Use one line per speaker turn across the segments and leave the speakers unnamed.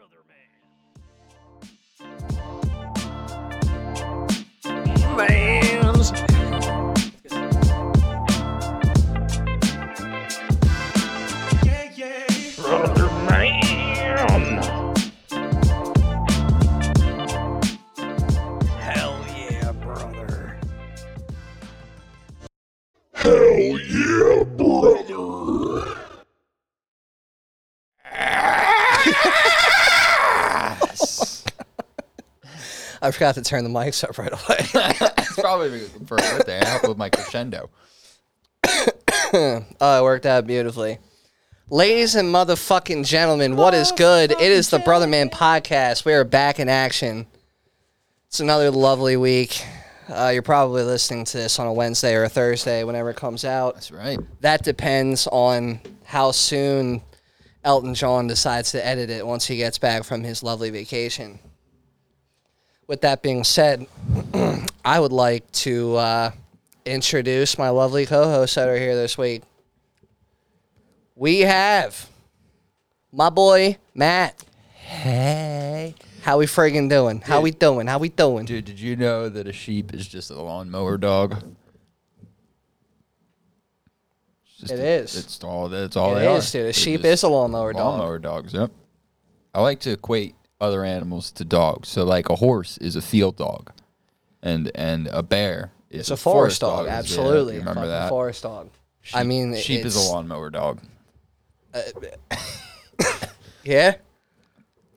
other man.
Man's
Yeah, yeah.
brother man. Hell yeah, brother. Hell yeah, brother.
I forgot to turn the mics up right away.
it's probably for a birthday. I helped with my crescendo.
oh, it worked out beautifully. Ladies and motherfucking gentlemen, what is good? It is the Brother Man Podcast. We are back in action. It's another lovely week. Uh, you're probably listening to this on a Wednesday or a Thursday, whenever it comes out.
That's right.
That depends on how soon Elton John decides to edit it once he gets back from his lovely vacation. With that being said, I would like to uh, introduce my lovely co hosts that are here this week. We have my boy, Matt.
Hey.
How we friggin' doing? How we doing? How we doing?
Dude, did you know that a sheep is just a lawnmower dog? It's just
It
a-
is.
It's all. That's all.
it
they
is,
are.
dude.
They're
A sheep
just
is a lawnmower dog.
lawnmower dogs. Yep. I like to equate other animals to dogs. So, like a horse is a field dog, and and a bear is
It's a forest, dog,
Yeah,
absolutely.
you
a
remember
fucking
that?
forest dog. I mean,
sheep is
it's-
a lawnmower dog,
Yeah.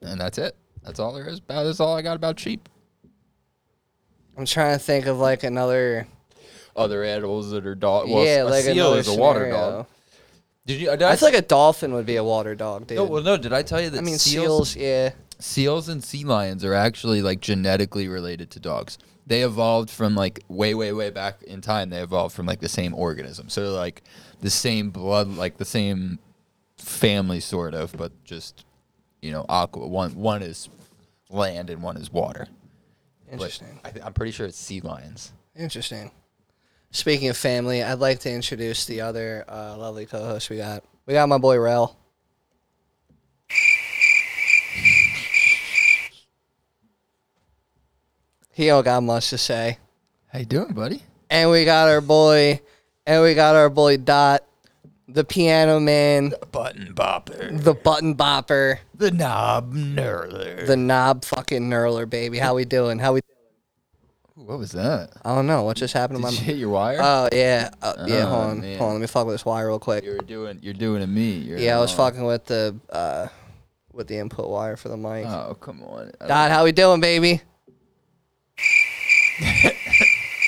and that's it. That's all there is about. That's all I got about sheep.
I'm trying to think of like another.
other animals that are dog. Well,
yeah,
a
like
seal
another
is a water
scenario.
dog. Did you? uh, Did
I feel like a dolphin would be a water dog, dude.
no, well, no. Did I tell you that?
I mean,
seals,
seals, yeah.
seals and sea lions are actually like genetically related to dogs. They evolved from like way, way, way back in time. They evolved from like the same organism, so like the same blood, like the same family, sort of, but just you know, aqua. One one is land and one is water. But
Interesting.
I th- I'm pretty sure it's sea lions.
Interesting. Speaking of family, I'd like to introduce the other uh, lovely co-host we got. We got my boy Rel. He don't got much to say.
How you doing, buddy?
And we got our boy, and we got our boy Dot, the piano man,
Button bopper,
the button bopper,
the knob nurler.
the knob fucking nurler, baby. How we doing? How we?
What was that?
I don't know what just happened to my.
Did you hit your wire?
Oh yeah, uh, yeah.
Oh,
Hold on,
man.
hold on. Let me fuck with this wire real quick.
you're doing. You're doing a me. You're
Yeah, I was
wrong.
fucking with the uh, with the input wire for the mic.
Oh come on. I
Dot, how we doing, baby?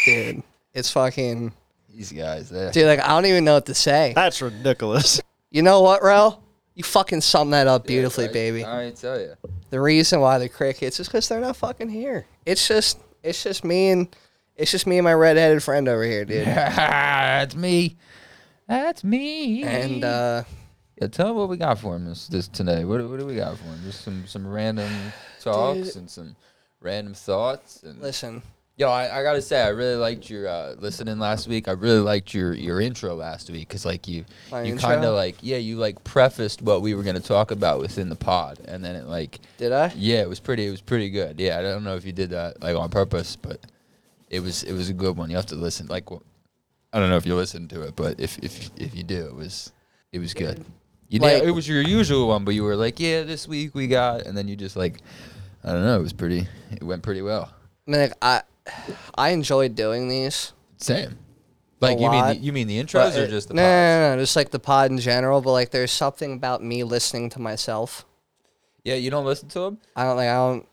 dude, it's fucking
don't- These guys. They,
dude. Like I don't even know what to say.
That's ridiculous.
You know what, Rel? You fucking sum that up beautifully,
I-
baby.
I ain't tell you.
The reason why the crickets is because they're not fucking here. It's just it's just me and it's just me and my redheaded friend over here, dude.
That's me. That's me.
And uh,
yeah, tell him what we got for him this, this today. What, what do we got for him? Just some some random talks and some random thoughts and.
listen,
Yo, I, I gotta say, I really liked your uh, listening last week. I really liked your, your intro last week because like you
My
you
intro?
kind of like yeah you like prefaced what we were gonna talk about within the pod, and then it like
did I?
yeah it was pretty it was pretty good. Yeah, I don't know if you did that like on purpose, but it was it was a good one. You have to listen. Like wh- I don't know if you listened to it, but if if if you do, it was it was good. You
Like-
did, it was your usual one, but you were like yeah this week we got, and then you just like I don't know it was pretty it went pretty well.
I mean, like I I enjoy doing these.
Same. Like you mean
lot,
the, you mean the intros
But
or
it-
just the
no,
pods?
no, no, no, just like the pod in general. But like, there's something about me listening to myself.
Yeah, you don't listen to them.
I don't like. I don't.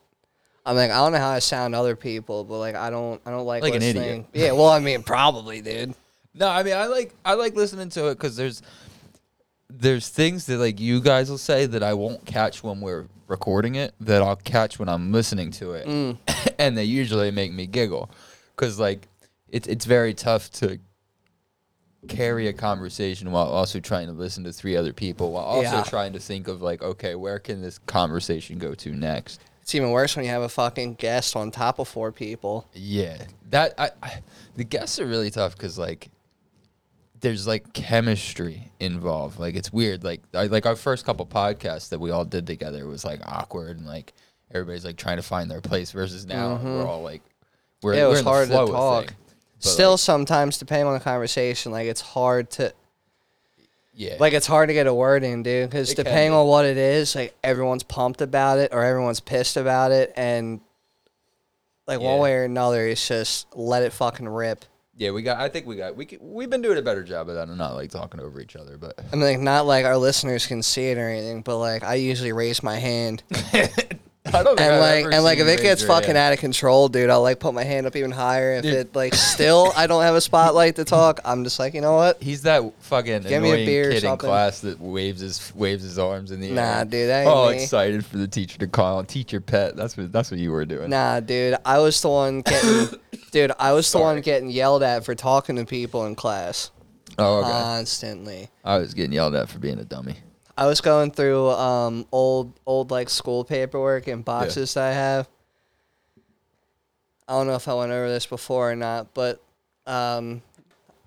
I'm like, I don't know how I sound to other people, but like, I don't. I don't like
Like an idiot.
listening. Yeah. Well, I mean, probably, dude.
No, I mean I like I like listening to it because there's there's things that like you guys will say that I won't catch when we're recording it that I'll catch when I'm listening to it, and they usually make me giggle because like it's it's very tough to carry a conversation while also trying to listen to three other people while also
Yeah.
trying to think of like okay where can this conversation go to next
It's even worse when you have a fucking guest on top of four people.
Yeah, that I, I the guests are really tough because like there's like chemistry involved. Like it's weird. Like I, like our first couple podcasts that we all did together was like awkward and like everybody's like trying to find their place. Versus now we're all like we're,
Mm-hmm. Yeah, it
we're
was
in the
hard to
flow of
talk.
thing. But,
Still,
like,
sometimes depending on the conversation, like it's hard to
yeah,
like it's hard to get a word in, dude. Because
It can
depending
be.
on what it is, like everyone's pumped about it or everyone's pissed about it, and like
Yeah.
one way or another, it's just let it fucking rip.
yeah. We got. I think we got. We c we've been doing a better job of that. and not like talking over each other, but
I mean, like not like our listeners can see it or anything, but like I usually raise my hand
I don't. Think
and
I've
like
ever
and like if
seen
it gets
Razor,
fucking
yeah.
out of control, dude, I'll like put my hand up even higher. If it like still I don't have a spotlight to talk, I'm just like you know what?
He's that fucking
Get me a
annoying
beer or
kid in
something.
class that waves his waves his arms in the air.
Nah, dude, that ain't
oh,
me.
excited for the teacher to call. Teacher pet. That's what that's what you were doing.
Nah, dude, I was the one getting dude, I was the one getting yelled at for talking to people in class
Oh, okay.
Uh-huh. constantly.
I was getting yelled at for being a dummy.
I was going through um old old like school paperwork and boxes that I have. I don't know if I went over this before or not, but um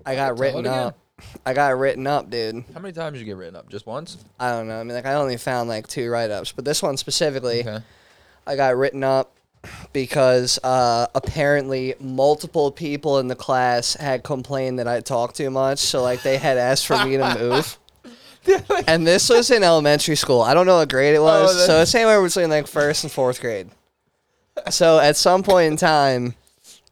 I got
it
written
again.
up. I got written up, dude.
How many times did you get written up? Just once.
I don't know. I mean, like I only found like two write-ups, but this one specifically,
Okay.
I got written up because uh, apparently multiple people in the class had complained that I talked too much, so like they had asked for me to move. and this was in elementary school. I don't know what grade it was,
Oh,
so
that-
it's anywhere between like first and fourth grade. So at some point in time,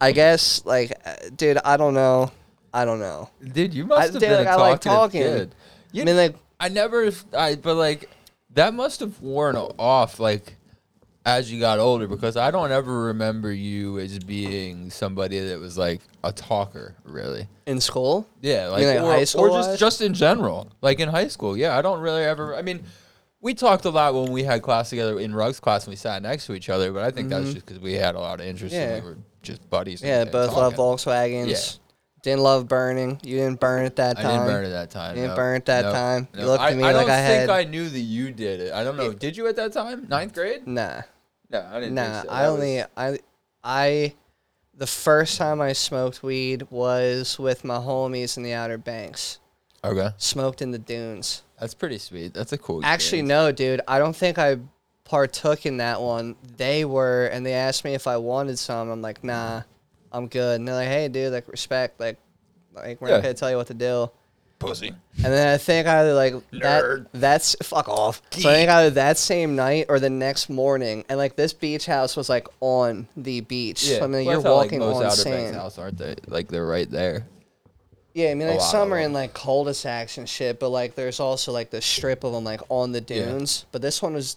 I guess like, uh, dude, I don't know, I don't know.
Dude, you must have
dude,
been
like,
a
I like talking.
talkative kid. You,
I mean, like,
I never, I but like that must have worn off like as you got older because I don't ever remember you as being somebody that was like a talker really.
in school,
Yeah, like,
mean, like,
or,
high
or
school-wise?
just just in general, like in high school. Yeah, I don't really ever. I mean, we talked a lot when we had class together in rugs class and we sat next to each other, but I think that was just because we had a lot of interest
Mm-hmm. Yeah.
and we were just buddies. and-
yeah,
and
both love
talking.
Volkswagens.
Yeah.
Didn't love burning. You didn't burn at that
I
time.
didn't burn it that time.
You didn't
no.
burn it that
No.
time. You
No.
looked
I,
at me
I
like
don't
I
think
had-
I knew that you did it. I don't know. Did you at that time? Ninth grade?
Nah.
No, I didn't.
Nah,
think so.
I
That
only
was-
I I the first time I smoked weed was with my homies in the Outer Banks.
okay.
Smoked in the dunes.
That's pretty sweet. That's a cool.
Actually,
experience.
no, dude. I don't think I partook in that one. They were, and they asked me if I wanted some. I'm like, nah, I'm good. And they're like, hey, dude, like respect, like, like we're
Yeah.
not gonna tell you what to do.
pussy.
And then I think I like
Nerd.
that. That's fuck off. So I think either that same night or the next morning, and like this beach house was like on the beach. So I mean,
Well,
you're
that's how, like,
walking
most
on
Outer Banks
sand.
house, aren't they? Like they're right there.
Yeah, I mean,
A
like
lot
some
of
are in
them.
like cul-de-sacs and shit, but like there's also like the strip of them like on the
Yeah.
dunes. But this one was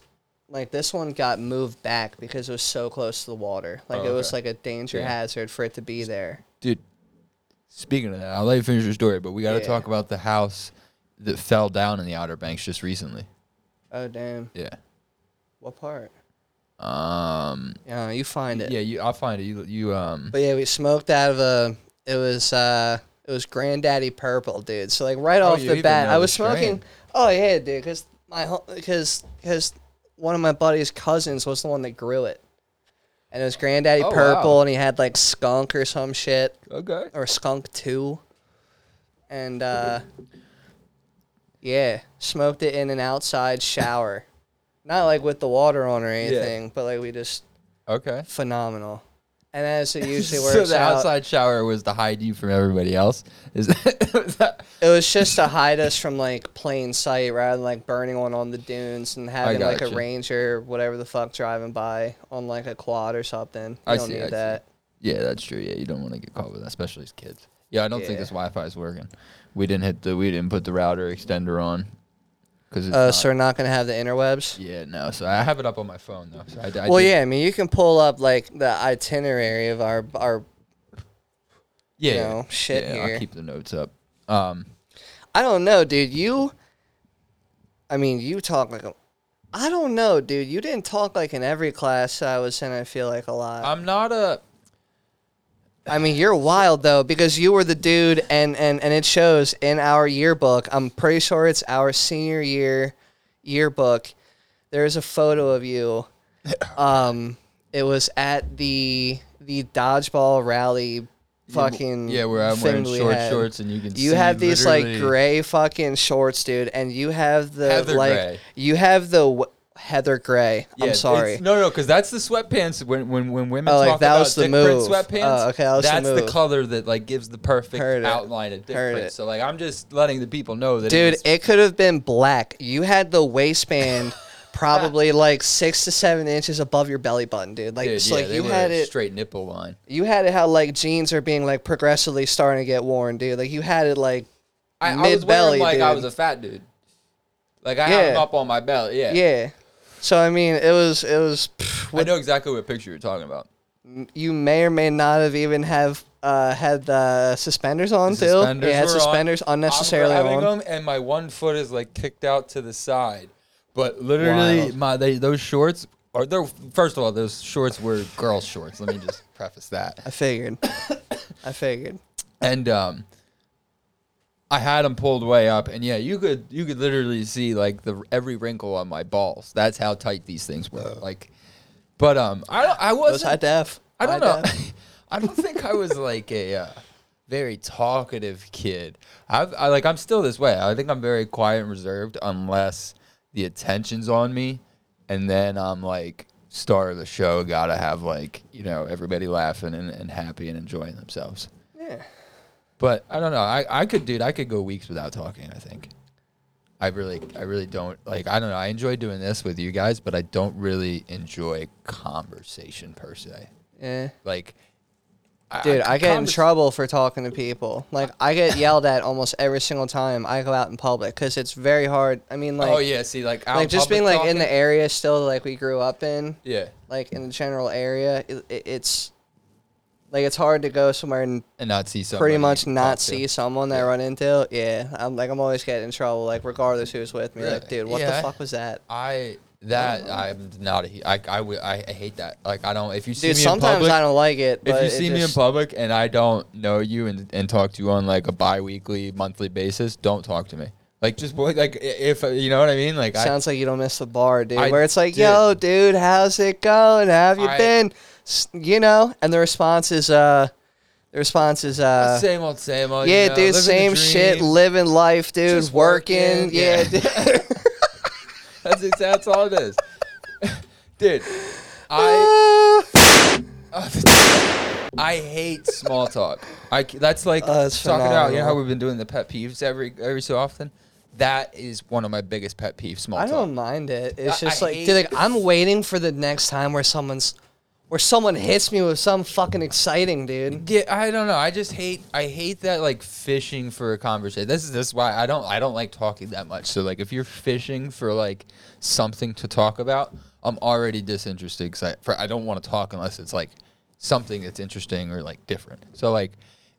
like this one got moved back because it was so close to the water. Like
Oh,
it was
okay.
like a danger
Yeah.
hazard for it to be there.
dude. Speaking of that, I'll let you finish your story, but we got to
Yeah.
talk about the house that fell down in the Outer Banks just recently.
Oh damn!
Yeah.
What part?
Um.
Yeah, you find it.
Yeah. You. I'll find it. You. You. Um.
But yeah, we smoked out of a. It was uh, it was Granddaddy Purple, dude. So like right
Oh,
off
you
the
even
bat,
know
I
the
was smoking.
strain.
Oh yeah, dude, because my because because one of my buddy's cousins was the one that grew it, and it was Granddaddy
Oh,
Purple,
wow.
and he had like skunk or some shit
Okay.
or skunk two, and uh, yeah, smoked it in an outside shower, not like with the water on or anything, but like we just
Okay.
phenomenal. And as it usually works
So the
out,
outside shower was to hide you from everybody else. Is that, was that-
It was just to hide us from like plain sight rather than like burning one on the dunes and having like a
gotcha.
ranger, whatever the fuck, driving by on like a quad or something. You
I
don't
see,
need
I see.
that.
Yeah, that's true. Yeah, you don't want to get caught with that, especially as kids. Yeah, I don't think
Yeah.
this Wi-Fi is working. We didn't hit the. We didn't put the router extender on. Cause it's
Uh,
not-
so we're not gonna have the interwebs.
Yeah, no. So I have it up on my phone though. So I, I
well,
did-
yeah, I mean you can pull up like the itinerary of our our. you
yeah, yeah.
know, shit
yeah,
here.
I'll keep the notes up. Um,
I don't know, dude. You. I mean, you talk like a. I don't know, dude. You didn't talk like in every class I was in. I feel like a lot.
I'm not a.
I mean, you're wild though because you were the dude, and and and it shows in our yearbook. I'm pretty sure it's our senior year yearbook. There is a photo of you. Um, it was at the the dodgeball rally fucking
yeah, where I'm
thing
wearing
we
short
had.
shorts and you can
You
see
have these like
literally-
gray fucking shorts, dude, and you have the
Heather
like
gray.
you have the w- heather gray.
Yeah,
I'm
it's-
sorry.
No, no, because that's the sweatpants when when, when women
Oh, like,
talk
that
about
was the
different
move.
sweatpants.
Oh, okay, that was the
that's the,
move.
color that like gives the perfect
Heard it.
outline of
Heard
difference.
it.
So like I'm just letting the people know that
Dude,
It is,
it could have been black. You had the waistband probably like six to seven inches above your belly button, dude. Like,
dude,
so,
yeah,
like
they
you
were
had
a
it.
straight nipple line.
You had it how like jeans are being like progressively starting to get worn, dude. Like you had it like
I, I was wearing
Mid-belly,
like I
dude.
was a fat dude. Like I
Yeah.
had them up on my belly. Yeah,
yeah. So I mean, it was it was. pff,
I know exactly what picture you're talking about.
you may or may not have even have uh, had the suspenders on
The
too.
suspenders
yeah, had
were on.
suspenders unnecessarily
I'm grabbing
on.
them, and my one foot is like kicked out to the side. But literally,
Wild.
my they, those shorts are they first of all those shorts were girl shorts. Let me just preface that.
I figured. I figured.
And um, I had them pulled way up, and yeah, you could you could literally see like the every wrinkle on my balls. That's how tight these things were. Like, but um, I don't, I
It was high
wasn't
def.
I don't
High
know.
def.
I don't think I was like a uh, very talkative kid. I've, I like I'm still this way. I think I'm very quiet and reserved unless the attention's on me, and then I'm like star of the show. Gotta have like you know everybody laughing and, and happy and enjoying themselves.
Yeah.
But I don't know. I, I could dude. I could go weeks without talking. I think. I really I really don't like. I don't know. I enjoy doing this with you guys, but I don't really enjoy conversation per se.
Yeah.
Like,
Dude, I get in
convers-
trouble for talking to people. Like I get yelled at almost every single time I go out in public because it's very hard. I mean, like,
oh yeah, see, like, out
like just being like
public
in the
talking-
area still like we grew up in,
yeah,
like in the general area, it, it, it's like it's hard to go somewhere and
and not see something.
pretty much not see someone that I run into. Yeah, I'm like I'm always getting in trouble, like regardless who's with me. Like,
Yeah,
dude, what
yeah.
the fuck was that?
I that I'm not. A, he- I I would- I I hate that. Like I don't. If you see
Dude,
me
sometimes
in public,
I don't like it.
if
but
you
it
see me in
just-
public and I don't know you and and talk to you on like a biweekly, monthly basis, don't talk to me. Like just boy, like i- if uh, you know what I mean. Like I,
sounds like you don't miss the bar, dude.
I
where it's like,
did.
yo, dude, how's it going? How have you
I-
been? S- You know, and the response is, uh, the response is, uh.
same old, same old. you
yeah,
know,
dude,
uh, living the
same shit,
dream.
living life, dude,
Just
working.
working,
Yeah,
yeah.
dude.
That's ex- that's all it is, dude. I uh, I hate small talk. I c- that's like
Oh, that's
talking about you know how
phenomenal.
we've been doing the pet peeves every every so often. That is one of my biggest pet peeves. Small
I
talk.
don't mind it. It's
I- I
just like,
hate-
dude, like I'm waiting for the next time where someone's, where someone hits me with something fucking exciting, dude.
Yeah, I don't know. I just hate I hate that like fishing for a conversation. This is this is why I don't I don't like talking that much. So like if you're fishing for like something to talk about, I'm already disinterested because I for, I don't want to talk unless it's like something that's interesting or like different. So like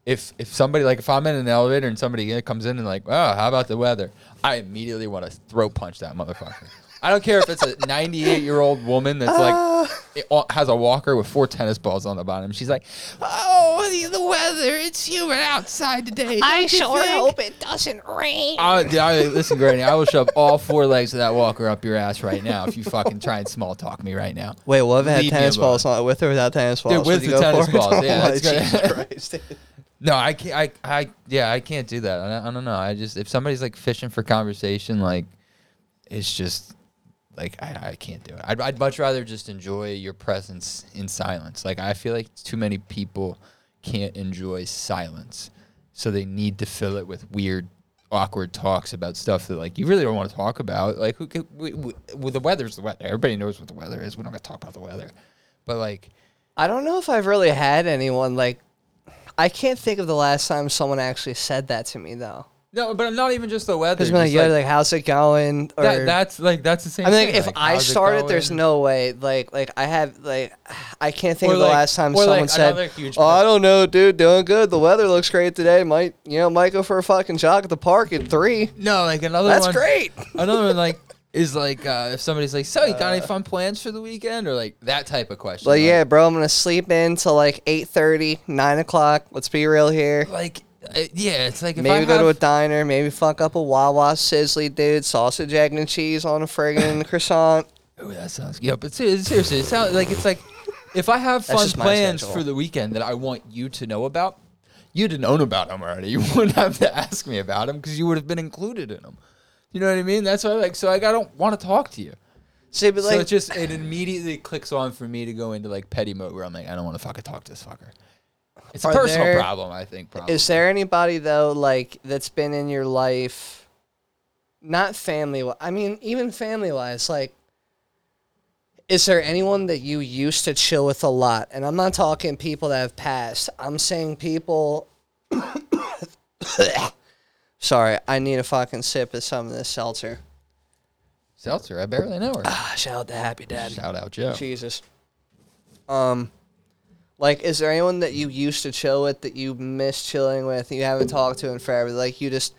if if somebody like if I'm in an elevator and somebody uh, comes in and like oh how about the weather, I immediately want to throat punch that motherfucker. I don't care if it's a 98 year old woman that's like it all- has a walker with four tennis balls on the bottom. She's like, "Oh, the, the weather! It's humid outside today."
I sure hope it doesn't rain.
I, I- listen, Granny. I will shove all four legs of that walker up your ass right now if you fucking try and small talk me right now.
Wait, what if I had
Leave me
tennis
alone.
balls on with or without tennis balls?
Dude, with
Would you
the
go
tennis
for it?
balls, yeah,
Oh,
that's good.
Jesus Christ, dude.
No, I can't. I, I, yeah, I can't do that. I don't, I don't know. I just if somebody's like fishing for conversation, like it's just like I, I can't do it. I'd, I'd much rather just enjoy your presence in silence. Like I feel like too many people can't enjoy silence, so they need to fill it with weird, awkward talks about stuff that like you really don't want to talk about. Like who? could- We, we, well, the weather's the weather. Everybody knows what the weather is. We don't got to talk about the weather, but like.
I don't know if I've really had anyone like. I can't think of the last time someone actually said that to me though.
No, but not even just the weather.
Because like,
just,
yo, like, how's it going? Or
That, that's like that's the same.
I mean, like,
thing,
if I
how's it
started, there's
going?
no way. Like, like I have, like, I can't think
Or
of the
like-
last time
or like
someone said,
another huge
"Oh, I
person-
don't know, dude, doing good. The weather looks great today. Might, you know, might go for a fucking jog at the park at three.
no like another.
That's
one-
great."
Another one like is like uh, if somebody's like, "So you got any fun plans for the weekend?" or like that type of question.
Like, Uh. yeah, bro, I'm gonna sleep in till like 8:30, 9 o'clock. Let's be real here.
Like, uh, yeah, it's like if
Maybe
I
go to a
have-
diner. Maybe fuck up a Wawa sizzly, dude. Sausage, egg, and cheese on a friggin' croissant.
Ooh, that sounds yeah, but se- seriously, it sounds like it's like if I have
That's
fun
just my
plans
schedule.
for the weekend that I want you to know about, you'd have known about them already. You wouldn't have to ask me about them because you would have been included in them. You know what I mean? That's why, like, so like, I don't want to talk to you.
See, but
so
like,
it just it immediately clicks on for me to go into like petty mode where I'm like, I don't want to fucking talk to this fucker. It's a
Are
personal
there-
problem, I think. Probably.
Is there anybody though, like that's been in your life, not family? wi- I mean, even family wise, like, is there anyone that you used to chill with a lot? And I'm not talking people that have passed. I'm saying people. Sorry, I need a fucking sip of some of this seltzer.
Seltzer, I barely know her.
Ah, shout out to Happy Dad.
Shout out Joe.
Jesus. Um, like, is there anyone that you used to chill with that you miss chilling with? You haven't talked to in forever. Like, you just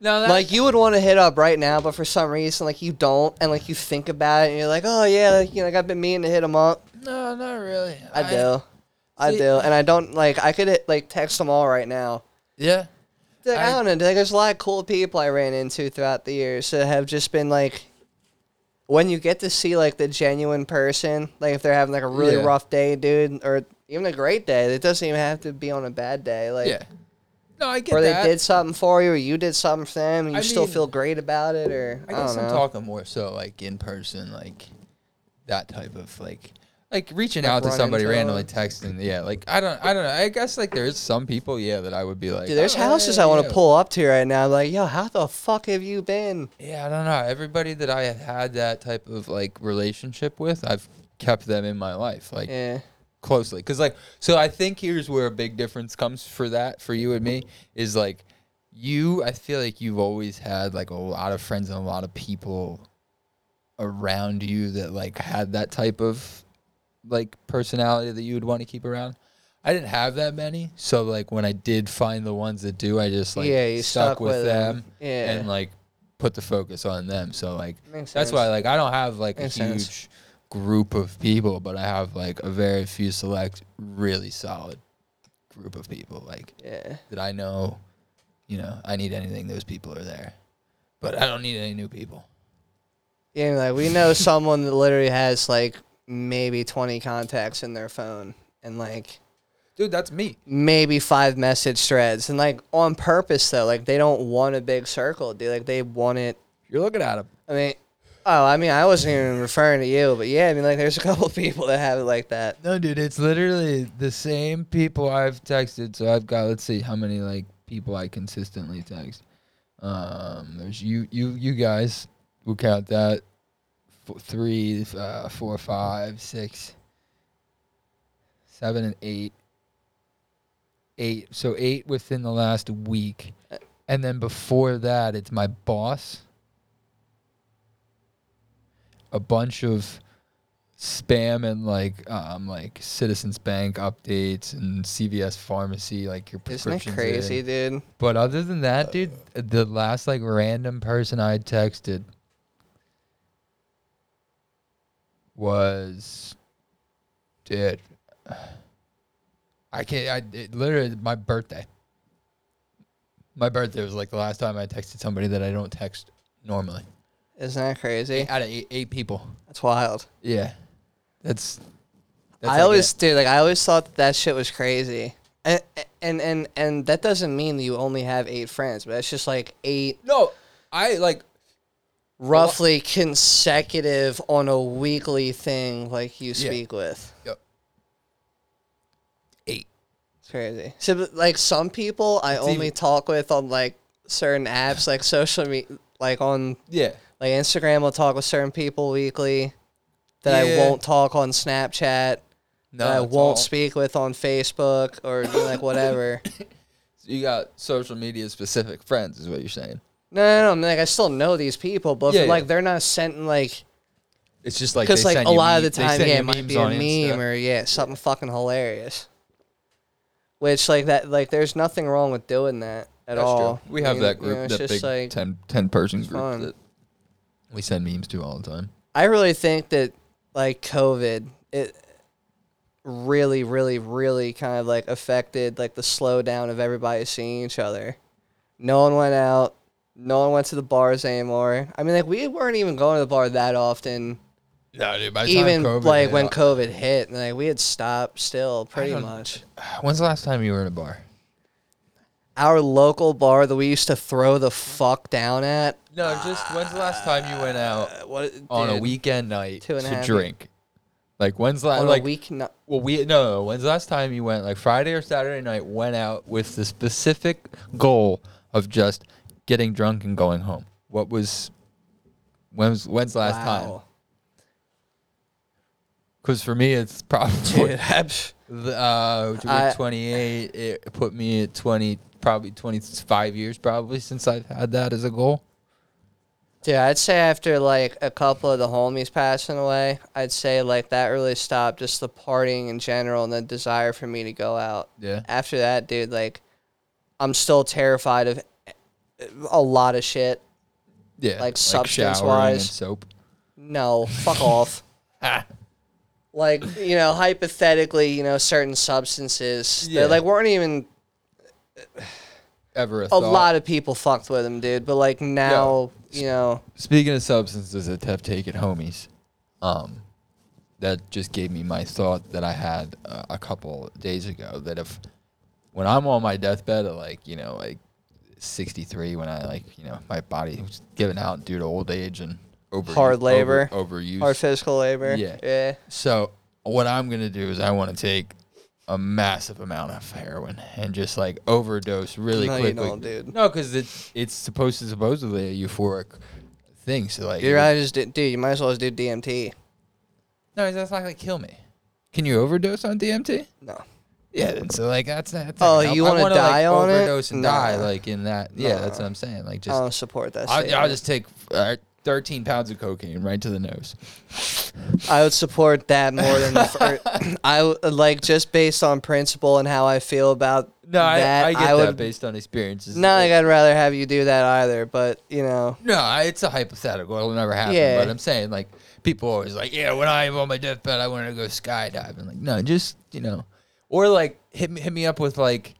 No, that,
like you would want to hit up right now, but for some reason, like you don't, and like you think about it, and you're like, oh yeah, like, you know, like I've been meaning to hit him up.
no, not really.
I do, I
See-
do, and I don't like. I could hit, like text them all right now.
Yeah.
Like, I,
I-
don't know. Like, there's a lot of cool people I ran into throughout the years that have just been like, when you get to see like the genuine person, like if they're having like a really
Yeah.
rough day, dude, or even a great day, it doesn't even have to be on a bad day. Like,
Yeah. No, I get
or they
that.
did something for you, or you did something for them, and you
I
still
mean,
feel great about it, or I,
I guess
don't know.
I'm talking more so like in person, like that type of like like reaching out to
run
somebody
into
randomly
them.
texting. Yeah, like I don't I don't know. I guess like there's some people, yeah, that I would be like
Dude, there's
"Oh,
houses
yeah,
I want
yeah."
to pull up to right now. Like, yo, how the fuck have you been?
Yeah, I don't know. Everybody that I have had that type of like relationship with, I've kept them in my life. Like
Yeah.
closely because like so i think here's where a big difference comes for that for you and me is like you i feel like you've always had like a lot of friends and a lot of people around you that like had that type of like personality that you would want to keep around i didn't have that many so like when i did find the ones that do i just like
Yeah, you
stuck,
stuck
with
with
them,
'em. Yeah.
and like put the focus on them so like
Makes
that's
sense.
why like i don't have like a
Makes sense.
huge group of people, but I have like a very few select, really solid group of people. Like
Yeah.
that I know, you know, I need anything, those people are there. But I don't need any new people.
Yeah, like we know someone that literally has like maybe 20 contacts in their phone and like
Dude, that's me.
maybe five message threads and like on purpose though, like they don't want a big circle, dude. Like they want it.
You're looking at him.
I mean, oh, I mean, I wasn't even referring to you, but yeah, I mean, like there's a couple people that have it like that.
No, dude, it's literally the same people I've texted. So I've got let's see how many like people I consistently text. Um, there's you, you, you guys. We'll count that. Four, three, uh, four, five, six, seven, and eight. Eight. So eight within the last week,
Uh,
and then before that, it's my boss. A bunch of spam and like um like Citizens Bank updates and CVS Pharmacy like your
Isn't
prescriptions.
it
in.
crazy, dude?
But other than
Uh,
that, dude, the last like random person I texted was, dude, I can't. I it, literally my birthday. My birthday was like the last time I texted somebody that I don't text normally.
Isn't that crazy?
Out of eight, eight people,
That's wild.
yeah, that's. that's
I
like
always
it.
dude, like I always thought that, that shit was crazy. And, and and and that doesn't mean that you only have eight friends, but it's just like eight
no. I like
roughly consecutive on a weekly thing like you speak with.
Yep. eight.
It's crazy. So but, like some people I only
even-
talk with on like certain apps like social media like on
Yeah.
like Instagram I'll talk with certain people weekly that
Yeah.
I won't talk on Snapchat.
No,
that I
it's
won't
all-
speak with on Facebook or like whatever.
You got social media specific friends, is what you're saying.
No, no, no. I mean, like I still know these people, but if,
Yeah,
like
yeah.
they're not sending like
It's just like
because
they
like
send
a
you
lot
me-
of the
they
time,
send
yeah,
you
it might
memes
be a
on
meme
Insta.
or yeah, something fucking hilarious. Which like that, like there's nothing wrong with doing that at
That's true.
all.
We
I
have
mean,
that
you know,
group,
it's
that
just
big
like
10, 10 person group
fun.
that we send memes to all the time.
I really think that like COVID, it really, really, really kind of like affected like the slowdown of everybody seeing each other. No one went out. No one went to the bars anymore. I mean, like we weren't even going to the bar that often.
No, dude. By
even like
uh,
when COVID hit, like we had stopped still pretty
don't-
much.
when's the last time you were in a bar?
Our local bar that we used to throw the fuck down at.
No, just when's the last time you went out
What
on
Uh,
a
dude,
weekend night
Two and a
to
half-
drink? Like when's the
on
like
a week? No,
Well, we no, no, no. When's the last time you went like Friday or Saturday night? Went out with the specific goal of just getting drunk and going home. What was when was when's the last time?
wow.
Because for me, it's probably
Dude, abs-
the, uh, to be
I-
28. It put me at 20, probably 25 years, probably since I've had that as a goal.
Dude, I'd say after like a couple of the homies passing away, I'd say like that really stopped just the partying in general and the desire for me to go out.
Yeah.
After that, dude, like I'm still terrified of a lot of shit.
Yeah,
substance
showering and
wise.
soap.
No, fuck off.
Ah,
Like, you know, hypothetically, you know, certain substances
Yeah.
that like weren't even
ever a,
a
thought.
lot of people fucked with them, dude, but like now, you know,
Speaking of substances that have taken homies, um, that just gave me my thought that I had uh, a couple days ago. That if when I'm on my deathbed at like you know like 63, when I like you know my body was giving out due to old age and over
Hard labor.
over, overuse.
hard physical labor.
Yeah.
Yeah.
So what I'm gonna do is I want to take a massive amount of heroin and just like overdose really
No, you
quickly.
don't, dude.
No, because it's it's supposed to supposedly a euphoric thing. So like,
You're
it-
right, just do- dude, you might as well just do DMT.
No, that's not gonna kill me. Can you overdose on DMT?
No.
Yeah, then so like that's that's.
Oh, you wanna
want
die on it?
Overdose and die
Nah. Oh,
like in that. Yeah, that's what I'm saying.
I
Like just,
don't support that.
I,
statement.
I'll just take uh, 13 pounds of cocaine right to the nose.
I would support that more than the first. I w- like just based on principle and how I feel about
No,
that.
I, I get that
would.
based on experiences.
not
Like,
like I'd rather have you do that either, but you know,
No, I- it's a hypothetical. It'll never happen.
Yeah.
But I'm saying, like, people always like, yeah, when I'm on my deathbed, I want to go skydiving. Like, no, just you know, or like hit me hit me up with like,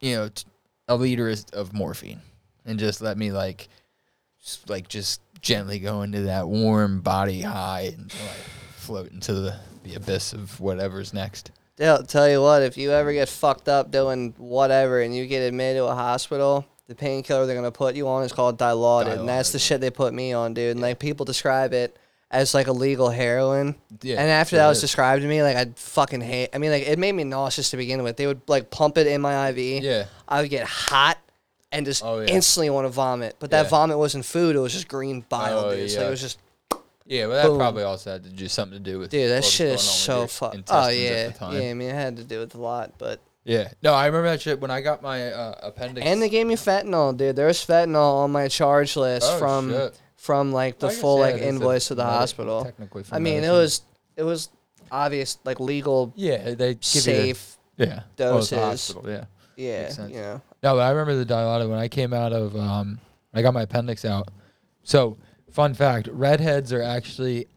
you know, t- a liter is- of morphine, and just let me like, s like just gently go into that warm body high and like float into the, the abyss of whatever's next.
tell, tell you what, if you ever get fucked up doing whatever and you get admitted to a hospital, the painkiller they're gonna put you on is called Dilaudid, and that's the shit they put me on, dude. And like people describe it as like illegal heroin.
Yeah,
and after
sure
that was
is.
described to me, like I'd fucking hate. I mean, like it made me nauseous to begin with. They would like pump it in my IV.
Yeah.
I would get hot and just
Oh, yeah.
instantly want to vomit. But that
Yeah.
vomit wasn't food; it was just green bile,
Oh,
dude. So it
yeah.
was just,
Yeah, but that
Boom.
probably also had to do something to do with
dude,
what
that
was
shit
going
is
on with
so
your
fucked. Oh
intestines at
yeah,
the time.
yeah. I mean, it had to do with a lot, but
Yeah. No, I remember that shit when I got my uh, appendix.
and they gave me fentanyl, dude. There's fentanyl on my charge list
Oh,
from
shit.
from like the
I guess,
full
yeah,
like
it is a
invoice of the
medic-
hospital.
technically for
I mean, it
medicine.
was it was obvious, like legal,
yeah, they give
safe.
you the, yeah well, it's the
doses.
hospital, yeah.
Yeah,
sense.
you know.
No, but I remember the dilaudid when I came out of um, I got my appendix out. So, fun fact: redheads are actually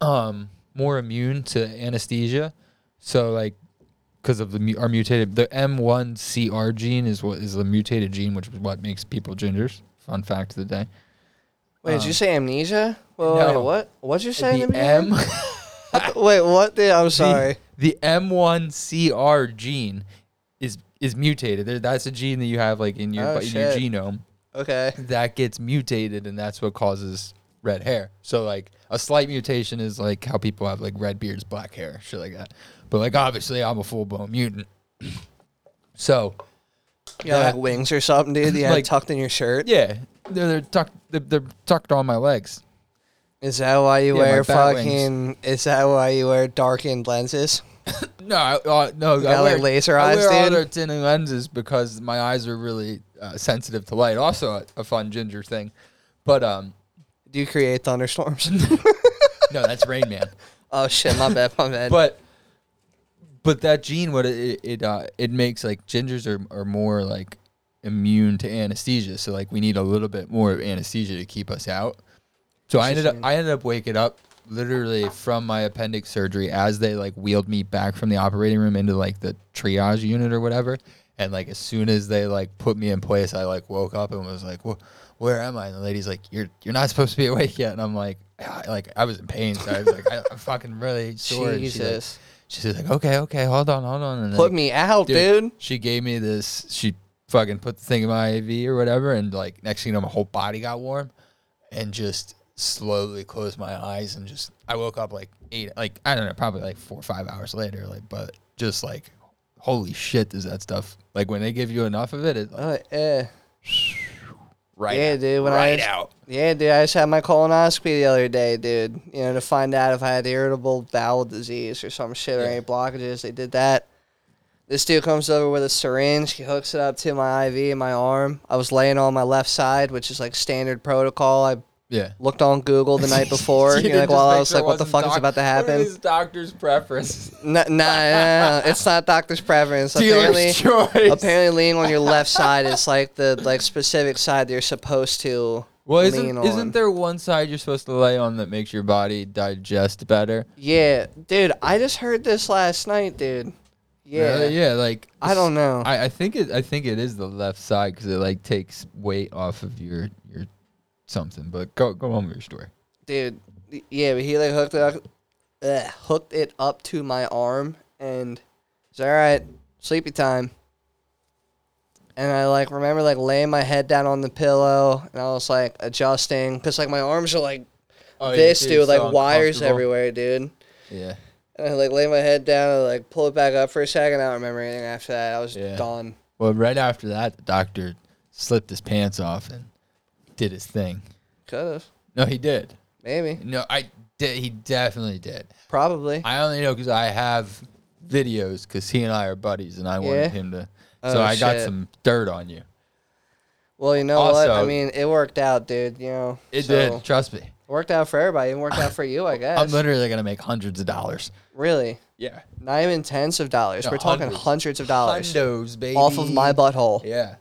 um more immune to anesthesia. So, like, because of the mu- our mutated the M1CR gene is what is the mutated gene, which is what makes people gingers. Fun fact of the day.
Wait, did you say amnesia? Wait, wait,
Um, no.
what? What'd you say? in the
The
beginning?
M.
Wait, what? Dude, I'm sorry.
The, the M1CR gene is is mutated. There, that's a gene that you have like in your
Oh,
bu- in your
shit.
genome
Okay.
that gets mutated, and that's what causes red hair. So like a slight mutation is like how people have like red beards, black hair, shit like that. But like obviously, I'm a full blown mutant. So
You got
Yeah.
like wings or something, dude. that You had
Like-
tucked in your shirt.
yeah, they're, they're tucked they're, they're tucked on my legs.
Is that why you
Yeah, my
wear
bat wings.
fucking? Is that why you wear darkened lenses?
No, I, uh, no, I
got, like, laser
I
eyes,
wear
dude?
auto tinted lenses because my eyes are really uh, sensitive to light. Also, a, a fun ginger thing, but um,
Do you create thunderstorms?
no, that's Rain Man.
oh shit, my bad, my bad.
But but that gene, what it it uh, it makes like gingers are are more like immune to anesthesia. So like we need a little bit more of anesthesia to keep us out. So I ended up I ended up waking up literally from my appendix surgery as they like wheeled me back from the operating room into like the triage unit or whatever. And like as soon as they like put me in place, I like woke up and was like, "Well, where am I?" And the lady's like, "You're you're not supposed to be awake yet." And I'm like, I, like I was in pain, so I was like, I, "I'm fucking really sore." And she, like,
Jesus.
She, She's like, okay, okay, hold on, hold on. And
Put
then-
me out,
Dude,
dude.
She gave me this. She fucking put the thing in my IV or whatever, and like next thing you know, my whole body got warm, and just slowly closed my eyes and just I woke up like eight, like I don't know, probably like four or five hours later, like but just like holy shit, does that stuff like when they give you enough of it, it's like,
Oh, yeah.
right,
yeah,
out,
dude. When I
right
was-
out.
Yeah, dude. I just had my colonoscopy the other day, dude. You know, to find out if I had irritable bowel disease or some shit or any blockages. They did that. This dude comes over with a syringe. He hooks it up to my IV in my arm. I was laying on my left side, which is like standard protocol. I
Yeah.
looked on Google the night before. you know, like, while I was like, what the fuck is about to happen?
doctor's preference.
Nah, nah, nah, nah, it's not doctor's preference. Apparently,
Dealer's choice.
apparently leaning on your left side is like the like specific side that you're supposed to
Well,
lean
isn't,
on.
isn't there one side you're supposed to lay on that makes your body digest better?
Yeah, dude, I just heard this last night, dude. Yeah,
Really? yeah. Like
I don't know.
I, I think it. I think it is the left side because it like takes weight off of your your something. But go go on with your story.
dude. y- Yeah, but he like hooked it up, ugh, hooked it up to my arm, and it's all right, sleepy time. And I like remember like laying my head down on the pillow, and I was like adjusting because like my arms are like
Oh,
this, dude, like wires everywhere, dude.
Yeah.
And I like lay my head down, and like pull it back up for a second. I don't remember anything after that. I was
Yeah.
gone.
Well, right after that, the doctor slipped his pants off and did his thing.
Could have,
No, he did.
maybe,
No, I did. He definitely did.
probably.
I only know because I have videos because he and I are buddies, and I
Yeah?
wanted him to. So
Oh,
I got
shit.
some dirt on you.
Well, you know what? I
Also-
mean, it worked out, dude. You know,
It
so-
did. Trust me.
Worked out for everybody. It worked out for you, I guess.
I'm literally gonna make hundreds of dollars.
really,
Yeah.
not even tens of dollars.
No,
We're talking
hundreds.
hundreds, of dollars
Hundos, baby.
Oh, off of my butthole.
Yeah.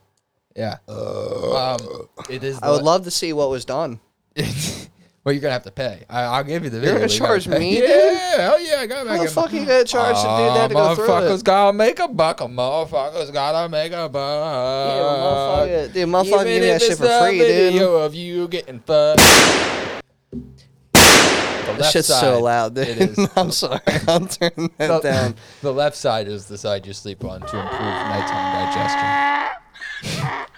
Yeah. um, it is.
I would love to see what was done.
well, you're gonna have to pay. I, I'll give you the
You're
video.
gonna
but you
charge
gotta pay.
me,
Yeah.
dude?
Hell yeah. I got
How the fuck you gonna charge to do that to go through
motherfuckers
it?
gotta make a buck. A motherfuckers gotta make a
Yeah,
buck.
motherfucker, dude, motherfucker, give
Even
me
if
that shit
it's
for
a
free, dude.
video of you getting fucked. The
That
left
shit's so
side,
loud, dude.
It is.
I'm sorry, I'm turning that
The-
down.
The left side is the side you sleep on to improve nighttime digestion.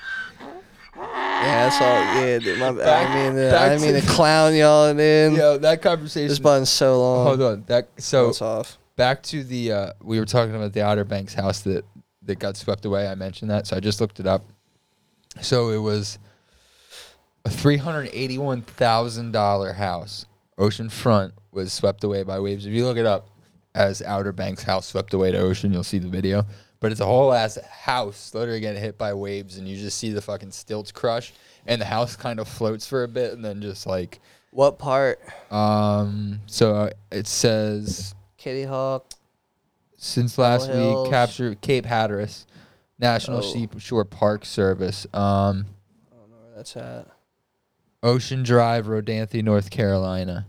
Yeah, that's all. Yeah, dude, my bad.
Ah. Back-
I mean, to,
back
I
to
mean to
the-
clown y'all, dude.
Yo, that conversation.
This button's so long.
hold on. That so
It's off.
back to the uh, we were talking about the Outer Banks house that that got swept away. I mentioned that, so I just looked it up. So it was a three hundred eighty-one thousand dollar house, oceanfront, was swept away by waves. If you look it up as Outer Banks house swept away to ocean, you'll see the video. But it's a whole ass house literally getting hit by waves, and you just see the fucking stilts crush, and the house kind of floats for a bit, and then just like
What part?
um. So uh, it says
Kitty Hawk.
since last
Hills.
week captured Cape Hatteras National Seashore Park Service, um,
That's at.
Ocean Drive, Rodanthe, North Carolina.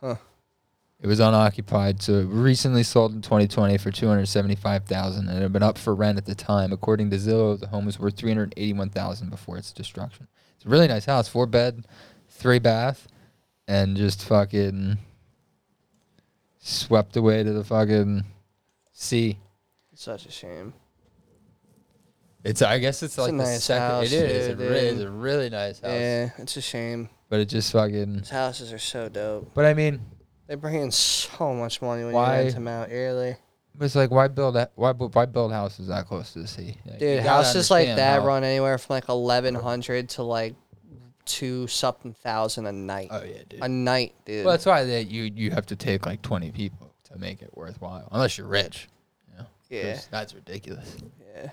Huh.
It was unoccupied, so it recently sold in 2020 for 275,000, and it had been up for rent at the time. According to Zillow, the home was worth 381,000 before its destruction. It's a really nice house, four bed, three bath, and just fucking swept away to the fucking sea.
Such a shame.
It's I guess it's,
a
like the
nice
second.
house,
it is.
dude,
it really is
dude.
a really nice house,
Yeah, it's a shame.
but it just fucking.
These houses are so dope.
But I mean,
They bring in so much money when
Why-
you rent them out yearly.
It's like why build that? Why bu- why build houses that close to the sea? Like, you
Dude,
gotta
houses like
understand
that
how-
run anywhere from like eleven hundred to like two something thousand a night.
Oh yeah, dude.
a night, dude.
well, that's why that you you have to take like twenty people to make it worthwhile, unless you're rich. You know? 'Cause
Yeah.
that's ridiculous.
Yeah.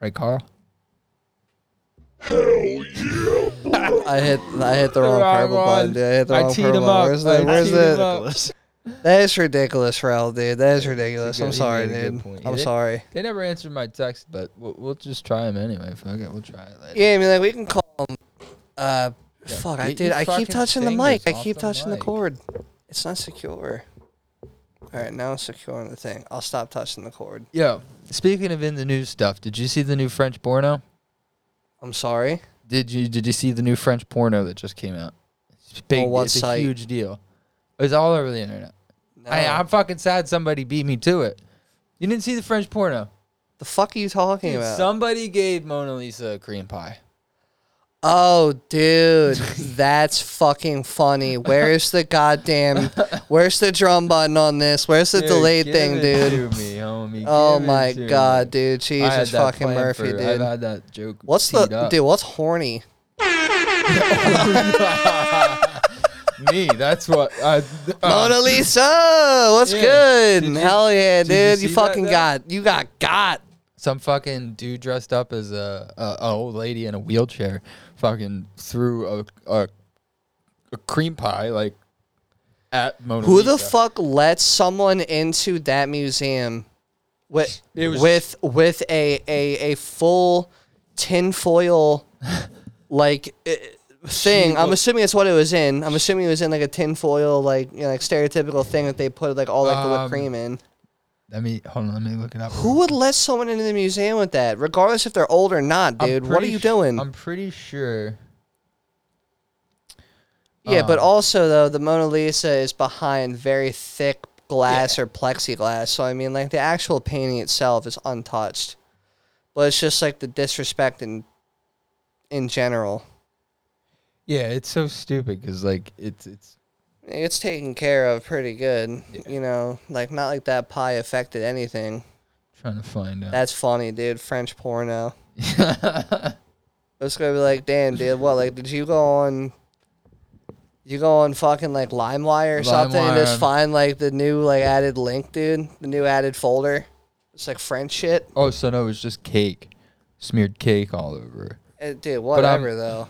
Right, Carl.
I hit I hit the wrong
Wrong
purple button,
one.
dude. I hit the
I
wrong
teed
purple
him
button.
up.
Where's
I
the, where's
teed him
the,
up.
Nicholas.
that is ridiculous, Rel, dude. That is ridiculous.
good-
I'm
he
sorry,
made a good
dude.
point. He
I'm
did.
sorry.
They never answered my text, but we'll, we'll just try them anyway. Fuck it, we'll try it later.
Yeah, I mean like we can call him uh fuck I
get
did
your
I keep
fucking
touching the
fingers
mic. I
off
keep
the
touching the
mic.
cord. It's not secure. Alright, now it's secure on the thing. I'll stop touching the cord.
Yo, speaking of in the news stuff, did you see the new French porno?
I'm sorry.
Did you did you see the new French porno that just came out? It's big,
what
it's a
site?
huge deal. It's all over the internet. I,
Oh.
I'm fucking sad somebody beat me to it. You didn't see the French porno.
the fuck are you talking
Dude,
about?
somebody gave Mona Lisa a cream pie.
Oh, dude, that's fucking funny. Where's the goddamn? Where's the drum button on this? Where's the
Dude,
delayed
give
thing,
it
dude?
to me, homie.
Oh
Give it
my
to me.
god, dude,
I had
Jesus
that
fucking
planned
Murphy,
for-
dude.
I've had that joke.
What's the
teed up.
dude? What's horny?
me? That's what. I, uh,
Mona Lisa, what's
Yeah.
good?
Did you-
Hell yeah,
did
dude!
you
You,
see that
fucking
though?
got you got got.
some fucking dude dressed up as a, a, a old lady in a wheelchair, fucking threw a a, a cream pie like at Mona.
Who the
Lisa.
fuck lets someone into that museum with
It was-
with with a a, a full tinfoil like eh, thing? I'm
looked-
assuming that's what it was in. I'm assuming it was in like a tinfoil like you know, like stereotypical thing that they put like all like the whipped
Um,
cream in.
Let me hold on. Let me look it up.
Who would let someone into the museum with that, regardless if they're old or not,
I'm
dude? What are
pretty
you
su-
doing?
I'm pretty sure.
yeah, but
um,
also though the Mona Lisa is behind very thick glass or plexiglass, so I mean like the actual painting itself is untouched, but it's just like the disrespect in in general.
Yeah, it's so stupid because like it's it's
It's taken care of pretty good, you know. Like not like that pie affected anything.
trying to find out.
That's funny, dude. French porno. It's gonna be like, damn, dude. What? Like, did you go on? You go on fucking like LimeWire or something and
LimeWire.
just find like the new like added link, dude. The new added folder. It's like French shit,
oh, so no, it was just cake, smeared cake all over. it.
Uh, dude.
I'm-
Whatever though.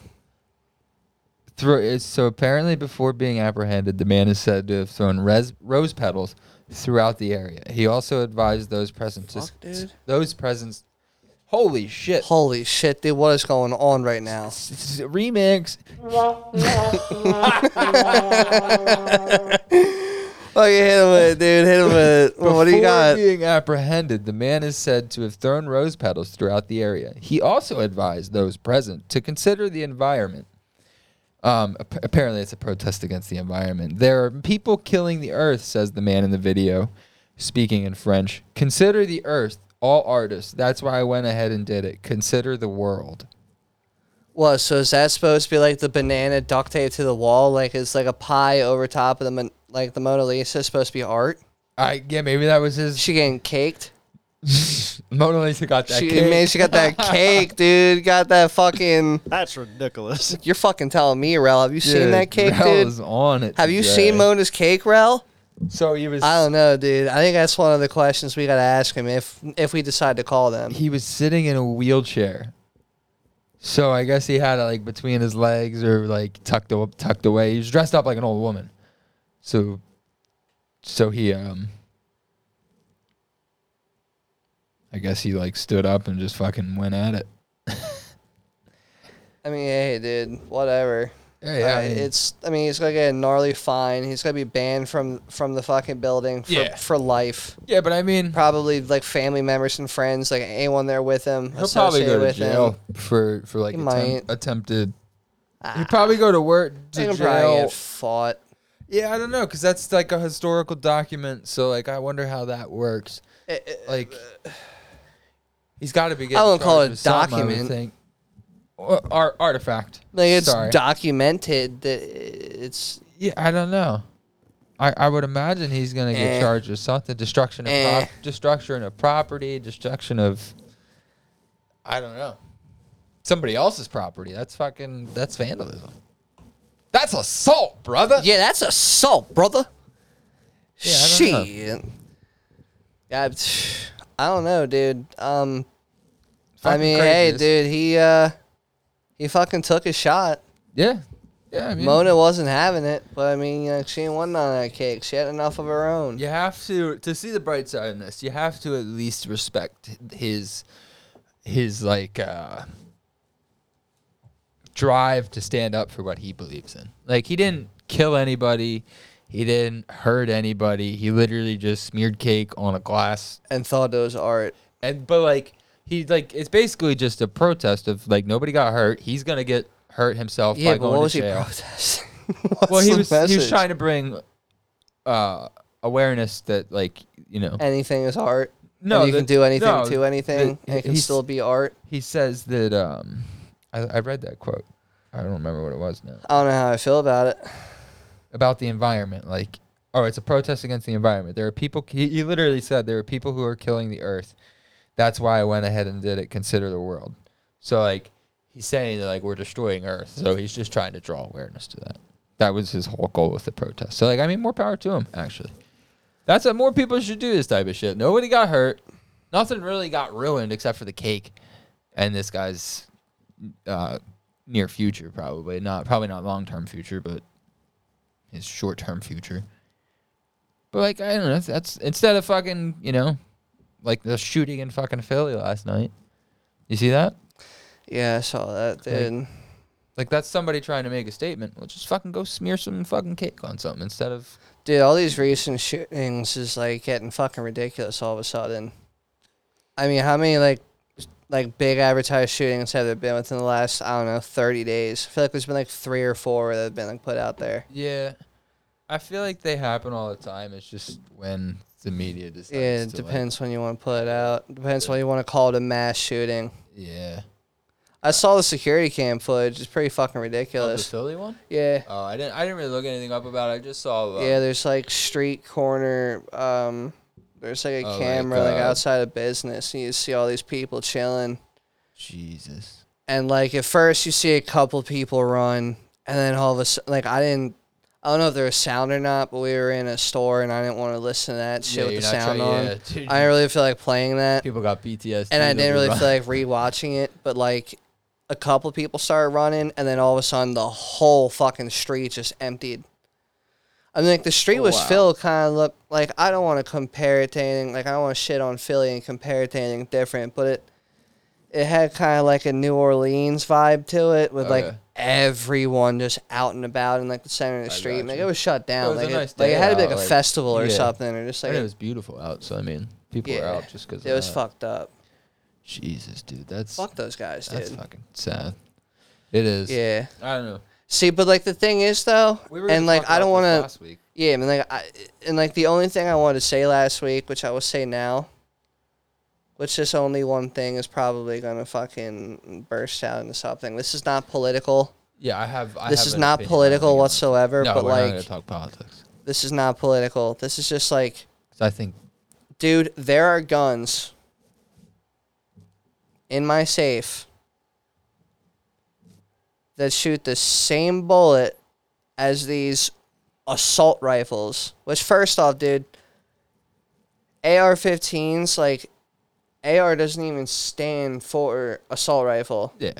Throw, it's, so apparently, before being apprehended, the man is said to have thrown res, rose petals throughout the area. He also advised those present to
Fuck, dude.
those present. Holy shit!
Holy shit, dude. What is going on right now?
This is a remix.
Oh, you hit him with it, dude. Hit him with it. what do you
Before
got?
Being apprehended, the man is said to have thrown rose petals throughout the area. He also advised those present to consider the environment. Um, ap- apparently, it's a protest against the environment. There are people killing the earth, says the man in the video, speaking in French. Consider the earth, all artists. That's why I went ahead and did it. Consider the world.
What? So is that supposed to be like the banana duct taped to the wall? Like it's like a pie over top of the mon- like the Mona Lisa supposed to be art?
I yeah, maybe that was his.
She getting caked?
Mona Lisa got that.
She
cake.
man, she got that cake, dude. Got that fucking.
That's ridiculous.
You're fucking telling me, Rel. Have you seen
Dude,
that cake,
Mel
dude?
is on it.
Have you
today.
seen Mona's cake, Rel?
So he was.
I don't know, dude. I think that's one of the questions we gotta ask him if if we decide to call them.
he was sitting in a wheelchair. So I guess he had it like between his legs or like tucked up, tucked away. He was dressed up like an old woman. So, so he um, I guess he like stood up and just fucking went at it.
I mean, hey, dude, whatever.
Yeah, yeah,
Uh,
I mean-
it's. I mean, he's gonna get a gnarly fine. He's gonna be banned from from the fucking building for,
Yeah.
for life.
Yeah, but I mean,
Probably like family members and friends, like anyone there with him.
he'll probably
associated
go to
with him.
jail for for like
He
attempt,
might.
attempted. He'd probably go to work
They
to
can probably
jail.
get fought.
Yeah, I don't know, cause that's like a historical document. So like, I wonder how that works. like he's got to be.
I wouldn't call
charged
it
with something, I would
document.
think. Or, ar- artifact.
Like it's
Sorry.
documented that it's
yeah, I don't know. I, I would imagine he's gonna get
Eh.
charged with something: destruction of
Eh.
prop- destruction of property, destruction of. I don't know. Somebody else's property. That's fucking. That's vandalism. That's assault, brother.
yeah, that's assault, brother.
Yeah, I don't know.
Shit. Yeah, psh, I don't know, dude. Um, I
Fucking
mean, hey,
craziness.
dude, he uh, he fucking took a shot.
Yeah. Yeah. I mean,
Mona wasn't having it, but I mean, like, she didn't want none of that cake. She had enough of her own.
You have to to see the bright side in this. You have to at least respect his his like uh drive to stand up for what he believes in. Like he didn't kill anybody. He didn't hurt anybody. He literally just smeared cake on a glass.
And thought it was art.
And but like he like it's basically just a protest of like nobody got hurt. He's going to get hurt himself
Yeah,
by
but what
going to
was he
jail
protesting? What's
well, he
the
was he was
message?
trying to bring uh, awareness that like you know
Anything is art.
No,
And you
the-
can do anything
no,
to anything,
the-
and it can
he's-
still be art.
he says that um I, I read that quote i don't remember what it was now
I don't know how I feel about it.
about the environment like oh it's a protest against the environment there are people he, he literally said there are people who are killing the earth that's why i went ahead and did it consider the world so like he's saying that like we're destroying earth so he's just trying to draw awareness to that that was his whole goal with the protest so like i mean more power to him actually that's what more people should do this type of shit nobody got hurt nothing really got ruined except for the cake and this guy's uh, near future probably not probably not long term future but his short term future. But like I don't know, that's, that's instead of fucking you know, like the shooting in fucking Philly last night. You see that?
Yeah, I saw that,
Like-
dude.
Like that's somebody trying to make a statement. Well, just fucking go smear some fucking cake on something instead of
Dude, all these recent shootings is like getting fucking ridiculous all of a sudden. I mean, how many like s- like big advertised shootings have there been within the last I don't know thirty days? I feel like there's been like three or four that have been like put out there.
yeah. I feel like they happen all the time. It's just when the media decides.
Yeah, it
to, like-
depends when you want to put it out. Depends when you want to call it a mass shooting.
yeah.
Uh, I saw the security cam footage. It's pretty fucking
Oh, the
ridiculous.
Philly one?
Yeah.
Oh, I didn't. I didn't really look anything up about. it. I just saw. Uh,
Yeah, there's like street corner. Um, there's like a
Oh, like,
camera like,
uh,
outside a business, and you see all these people chilling.
Jesus.
And like at first, you see a couple people run, and then all of a sudden, like I didn't. I don't know if there was sound or not, but we were in a store, and I didn't want to listen to that shit
Yeah,
with the
you're not
sound
try-
on.
yeah, dude.
I didn't really feel like playing that,
People got PTSD.
and I didn't
over
really
Ryan.
feel like rewatching it. But like a couple people started running, and then all of a sudden, the whole fucking street just emptied. I mean, like the street was
Wow.
filled, kind of looked like I don't want to compare it to anything. Like I don't want to shit on Philly and compare it to anything different, but it it had kind of like a New Orleans vibe to it, with
Oh,
like
yeah.
everyone just out and about in like the center of the
I
street.
got
Like
you.
it was shut down.
was a
like, it,
nice
like
day
it had to be
out,
like a
like-
festival or
yeah.
something, or just like
And it
it,
was beautiful out, so I mean, people were
Yeah.
out just uh, because.
it was fucked up.
Jesus, dude, that's
Fuck those guys,
that's
dude.
fucking sad. It is.
Yeah.
I don't know.
See, but like the thing is though, and like I don't want to.
to.
Yeah, I mean, like, I, and like the only thing I wanted to say last week, which I will say now, which this only one thing is probably gonna fucking burst out into something. This is not political.
Yeah, I have. I
this
have
is
an
not
opinion on
political
it.
whatsoever.
No,
but
we're not gonna
like,
talk politics.
this is not political. This is just like,
'Cause I think
dude, there are guns in my safe that shoot the same bullet as these assault rifles. Which, first off, dude, AR 15s, like, AR doesn't even stand for assault rifle,
yeah,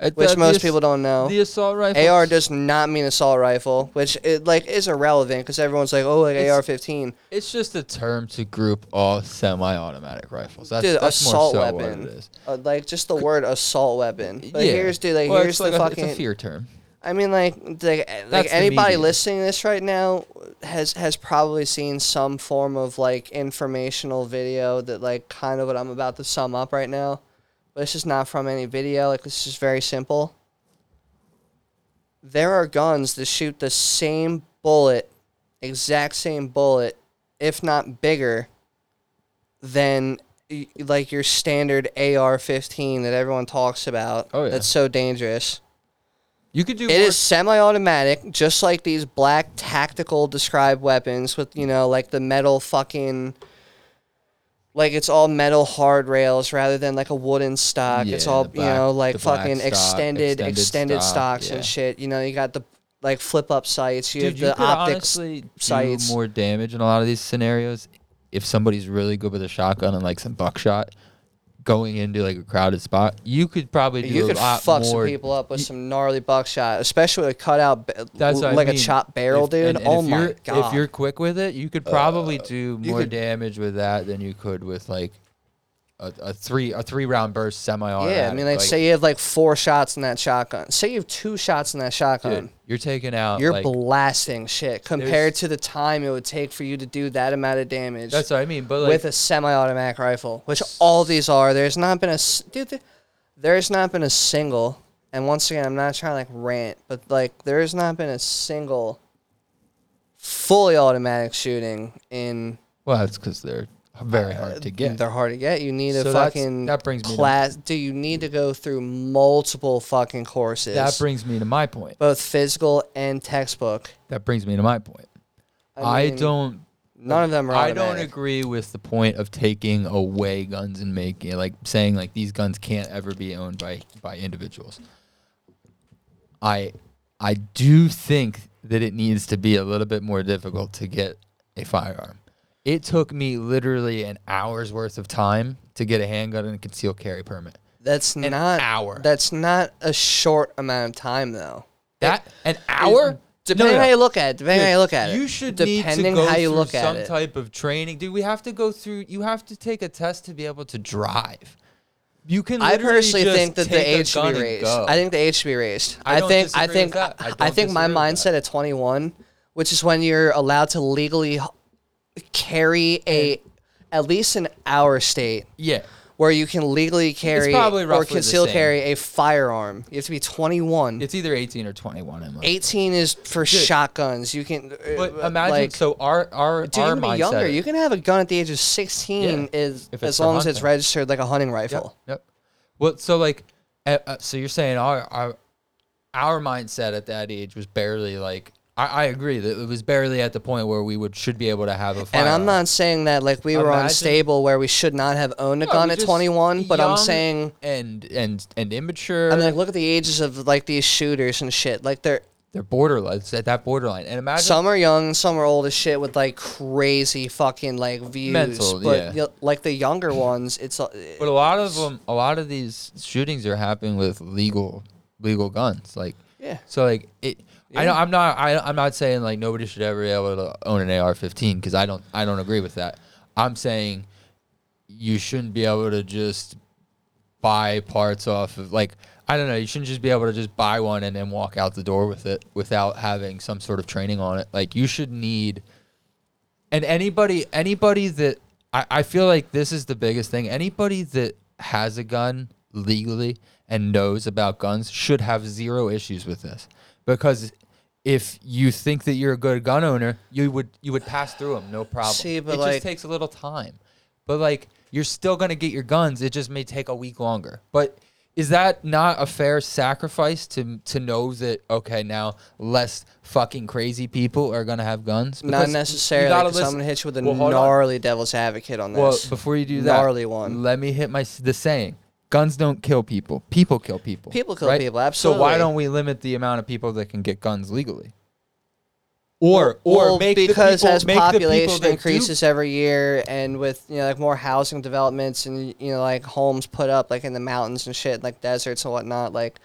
It-
which
uh, the
most
ass-
people don't know.
The assault rifle.
AR does not mean assault rifle, which it like is irrelevant because everyone's like, oh, like
It's-
AR fifteen.
It's just a term to group all semi-automatic rifles. That's,
Dude,
that's
assault
more so
weapon.
What it is.
Uh, like just the word assault weapon. But
yeah.
here's dude, like
Well,
here's
it's like
the
a,
fucking.
It's a fear term.
I mean, like like, eh, like
That's the
anybody
media.
listening to this right now has has probably seen some form of like informational video that like kind of what I'm about to sum up right now, but it's just not from any video. Like this is just very simple. There are guns that shoot the same bullet, exact same bullet, if not bigger, than y- like your standard AR-15 that everyone talks about.
Oh, yeah.
That's so dangerous.
You could do.
It
more-
is semi-automatic, just like these black tactical described weapons with you know like the metal fucking, like it's all metal hard rails rather than like a wooden stock. it's
Yeah,
all
the
you
black-
know like
the black
fucking
stock,
extended
extended
extended
stock,
stocks
yeah.
and shit. You know you got the like flip up sights. You
Dude, you
have
could
the optics.
honestly
sights.
do more damage in a lot of these scenarios if somebody's really good with a shotgun and like some buckshot going into like a crowded spot. You could probably do
you
a
could
lot
fuck
more.
some people up with
you-
some gnarly buckshot, especially with a cutout ba-
That's what I
like a
mean.
chopped barrel,
If-
dude.
and- and
oh
if
my
you're,
god! Uh,
If you're quick with it, you could probably do more
could-
damage with that than you could with like a, a three a three round burst semi automatic.
yeah, I mean, like, say you have like four shots in that shotgun. Say you have two shots in that shotgun.
dude, you're taking out.
um, You're
like,
blasting shit compared to the time it would take for you to do that amount of damage
that's what I mean. But like,
with a semi-automatic rifle, which all these are. There's not been a s- dude. th- There's not been a single. And once again, I'm not trying to like rant, but like there's not been a single fully automatic shooting in
Well, that's because they're very hard to get.
uh, They're hard to get. You need a
So that's-
fucking
that brings me to-
class. Do you need to go through multiple fucking courses?
That brings me to my point.
both physical and textbook.
That brings me to my point.
I
I,
mean,
don't.
None of them are.
I don't
automatic.
agree with the point of taking away guns and making like saying like these guns can't ever be owned by by individuals. I I do think that it needs to be a little bit more difficult to get a firearm. It took me literally an hour's worth of time to get a handgun and a concealed carry permit.
That's not
hour.
That's not a short amount of time though.
That an hour? No,
Depending
no, no.
how you look at it. Depending how you look at it.
You should
depending
need to go
how you
through
look at
some
it.
type of training. Do we have to go through? You have to take a test to be able to drive. You can.
I
literally
personally
just
think that
take
the
a
age should
gun
be
and
raised.
go.
I think the age should be raised.
I
I,
don't
think I
disagree
think
with that. I
I,
don't
think my
disagree with
mindset at 21, which is when you're allowed to legally h- carry a at least an hour state
yeah.
where you can legally carry
probably
or
roughly the
conceal
same.
carry a firearm. You have to be 21.
It's either 18 or 21. I'm like-
18 is for shotguns. You can uh,
but
uh,
imagine.
like,
so our our
Dude,
our
you can
mindset.
be younger. You can have a gun at the age of 16
Yeah,
is,
if it's
as
for
long as it's
hunting.
registered like a hunting
Yep,
rifle.
Yep. Well, so like, uh, uh, so you're saying our our our mindset at that age was barely like. I, I agree that it was barely at the point where we would should be able to have a.
And
Firearm.
I'm not saying that like we were
Imagine-
unstable where we should not have owned a
No,
gun
we're
at
just
21, but I'm
young
saying
and and and immature.
I mean like look at the ages of like these shooters and shit. Like they're
they're borderline. It's at that borderline. And imagine
some are young, and some are old as shit with like crazy fucking like views.
Mental,
but
yeah.
y- like the younger ones, it's uh,
but a lot of them, a lot of these shootings are happening with legal legal guns. Like
yeah.
so, like it. I know I'm not. I, I'm not saying like nobody should ever be able to own an AR-15 because I don't. I don't agree with that. I'm saying you shouldn't be able to just buy parts off of like I don't know. You shouldn't just be able to just buy one and then walk out the door with it without having some sort of training on it. Like you should need and anybody anybody that I, I feel like this is the biggest thing anybody that has a gun legally and knows about guns should have zero issues with this because if you think that you're a good gun owner you would you would pass through them no problem
See, but
it
like-
just takes a little time but like you're still going to get your guns it just may take a week longer but is that not a fair sacrifice to to know that okay now less fucking crazy people are going to have guns
Not
because
necessarily.
you gotta
'cause I'm
listen-
gonna hit you with a
Well, hold on.
gnarly devil's advocate on this.
Well, before you do that,
gnarly one.
Let me hit my s- the saying: guns don't kill people. People kill people.
People kill people,
So why
absolutely.
don't we limit the amount of people that can get guns legally? Or or
well,
make
because
the people,
as
make the people
population
that do-
increases every year, and with you know like more housing developments and you know like homes put up like in the mountains and shit, like deserts and whatnot, like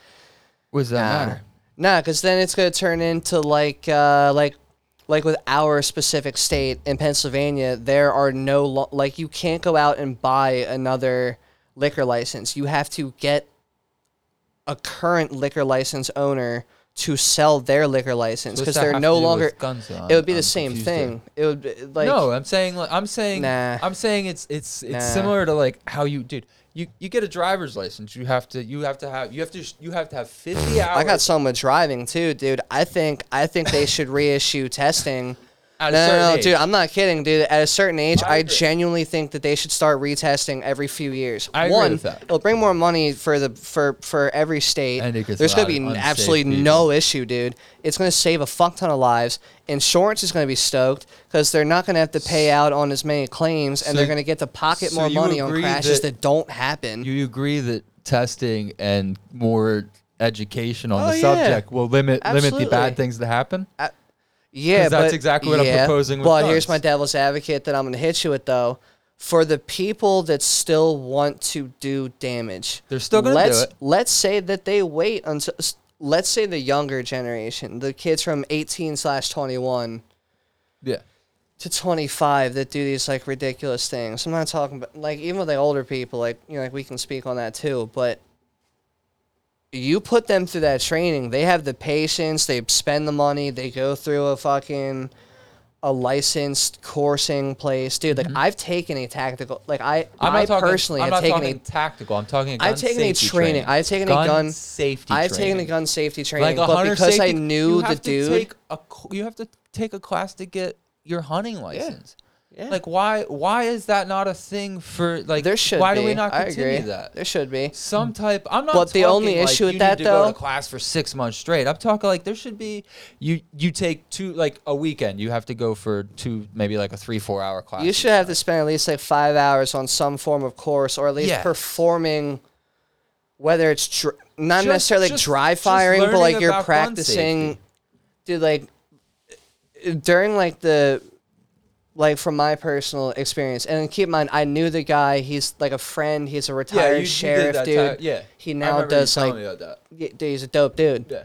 what does that
nah.
matter?
Nah, because then it's gonna turn into like uh like like with our specific state in Pennsylvania, there are no lo- like you can't go out and buy another liquor license. You have to get a current liquor license owner to sell their liquor license
What's
because
that
they're
have
no
to do with
longer
guns. though?
it would be
I'm- I'm
the same
confused there.
thing. It would be, like
no, I'm saying like, I'm saying
Nah.
I'm saying it's it's it's
Nah.
similar to like how you dude you, you get a driver's license you have to you have to have you have to you have to have 50 hours
I got some with driving too, dude. I think I think they should reissue testing.
At a
no, no,
certain
no,
age.
dude. I'm not kidding, dude. At a certain age, I,
I agree.
genuinely think that they should start retesting every few years.
I agree
One,
with that.
it'll bring more money for the for for every state.
And it gets
There's
a
gonna
lot
be
of
n-
unsafe
absolutely
people.
no issue, dude. It's gonna save a fuck ton of lives. Insurance is gonna be stoked because they're not gonna have to pay out on as many claims, and
So-
they're gonna get to pocket
so
more
you
money on
agree
crashes
that-
that, don't happen.
you agree that testing and more education on
Oh,
the
yeah.
subject will limit limit the
Absolutely.
bad things that happen?
Yeah,
'Cause that's
but-
exactly what I'm
yeah,
proposing with
but here's
guns.
my devil's advocate that I'm going to hit you with though. For the people that still want to do damage,
They're still gonna do
let's,
it.
Let's say that they wait until. s- Let's say the younger generation, the kids from 18 slash 21
Yeah.
to 25 that do these like ridiculous things. I'm not talking about like even with the older people, like you know, like we can speak on that too, but you put them through that training. They have the patience, they spend the money, they go through a fucking a licensed coursing place, dude. Like I've taken a tactical, like I,
Mm-hmm. I'm
I
not talking,
personally
I'm
have
not
taken
talking
a
tactical. I'm talking. Gun
I've taken a
safety
training. I've taken a gun-
safety.
I've taken a
training.
gun safety training,
a
but
hunter
because I
safety- you
knew the
have to
dude,
take a c- you have to take a class to get your hunting license.
Yeah.
Like why why is that not a thing for like
there should
why
be.
do we not
I
continue
agree.
that?
There should be.
Some type. I'm not.
Hmm. But the only
talking, like,
issue with
you
that,
need to go
though-
to class for six months straight. I'm talking like there should be you you take two like a weekend. You have to go for two maybe like a three four hour class.
You should have to spend at least like five hours on some form of course, or at least
Yeah.
performing. Whether it's dr- not
Just-
necessarily
just-
dry
just
firing, but
learning
like you're
about gun
practicing,
safety.
dude. Like uh, during like the like from my personal experience, and keep in mind, I knew the guy. He's like a friend. He's a
Yeah,
retired
you- you did
sheriff,
that
dude.
time- Yeah,
he
I
now
remember you
does
telling
like
me about that.
yeah, dude, he's a dope dude.
Yeah.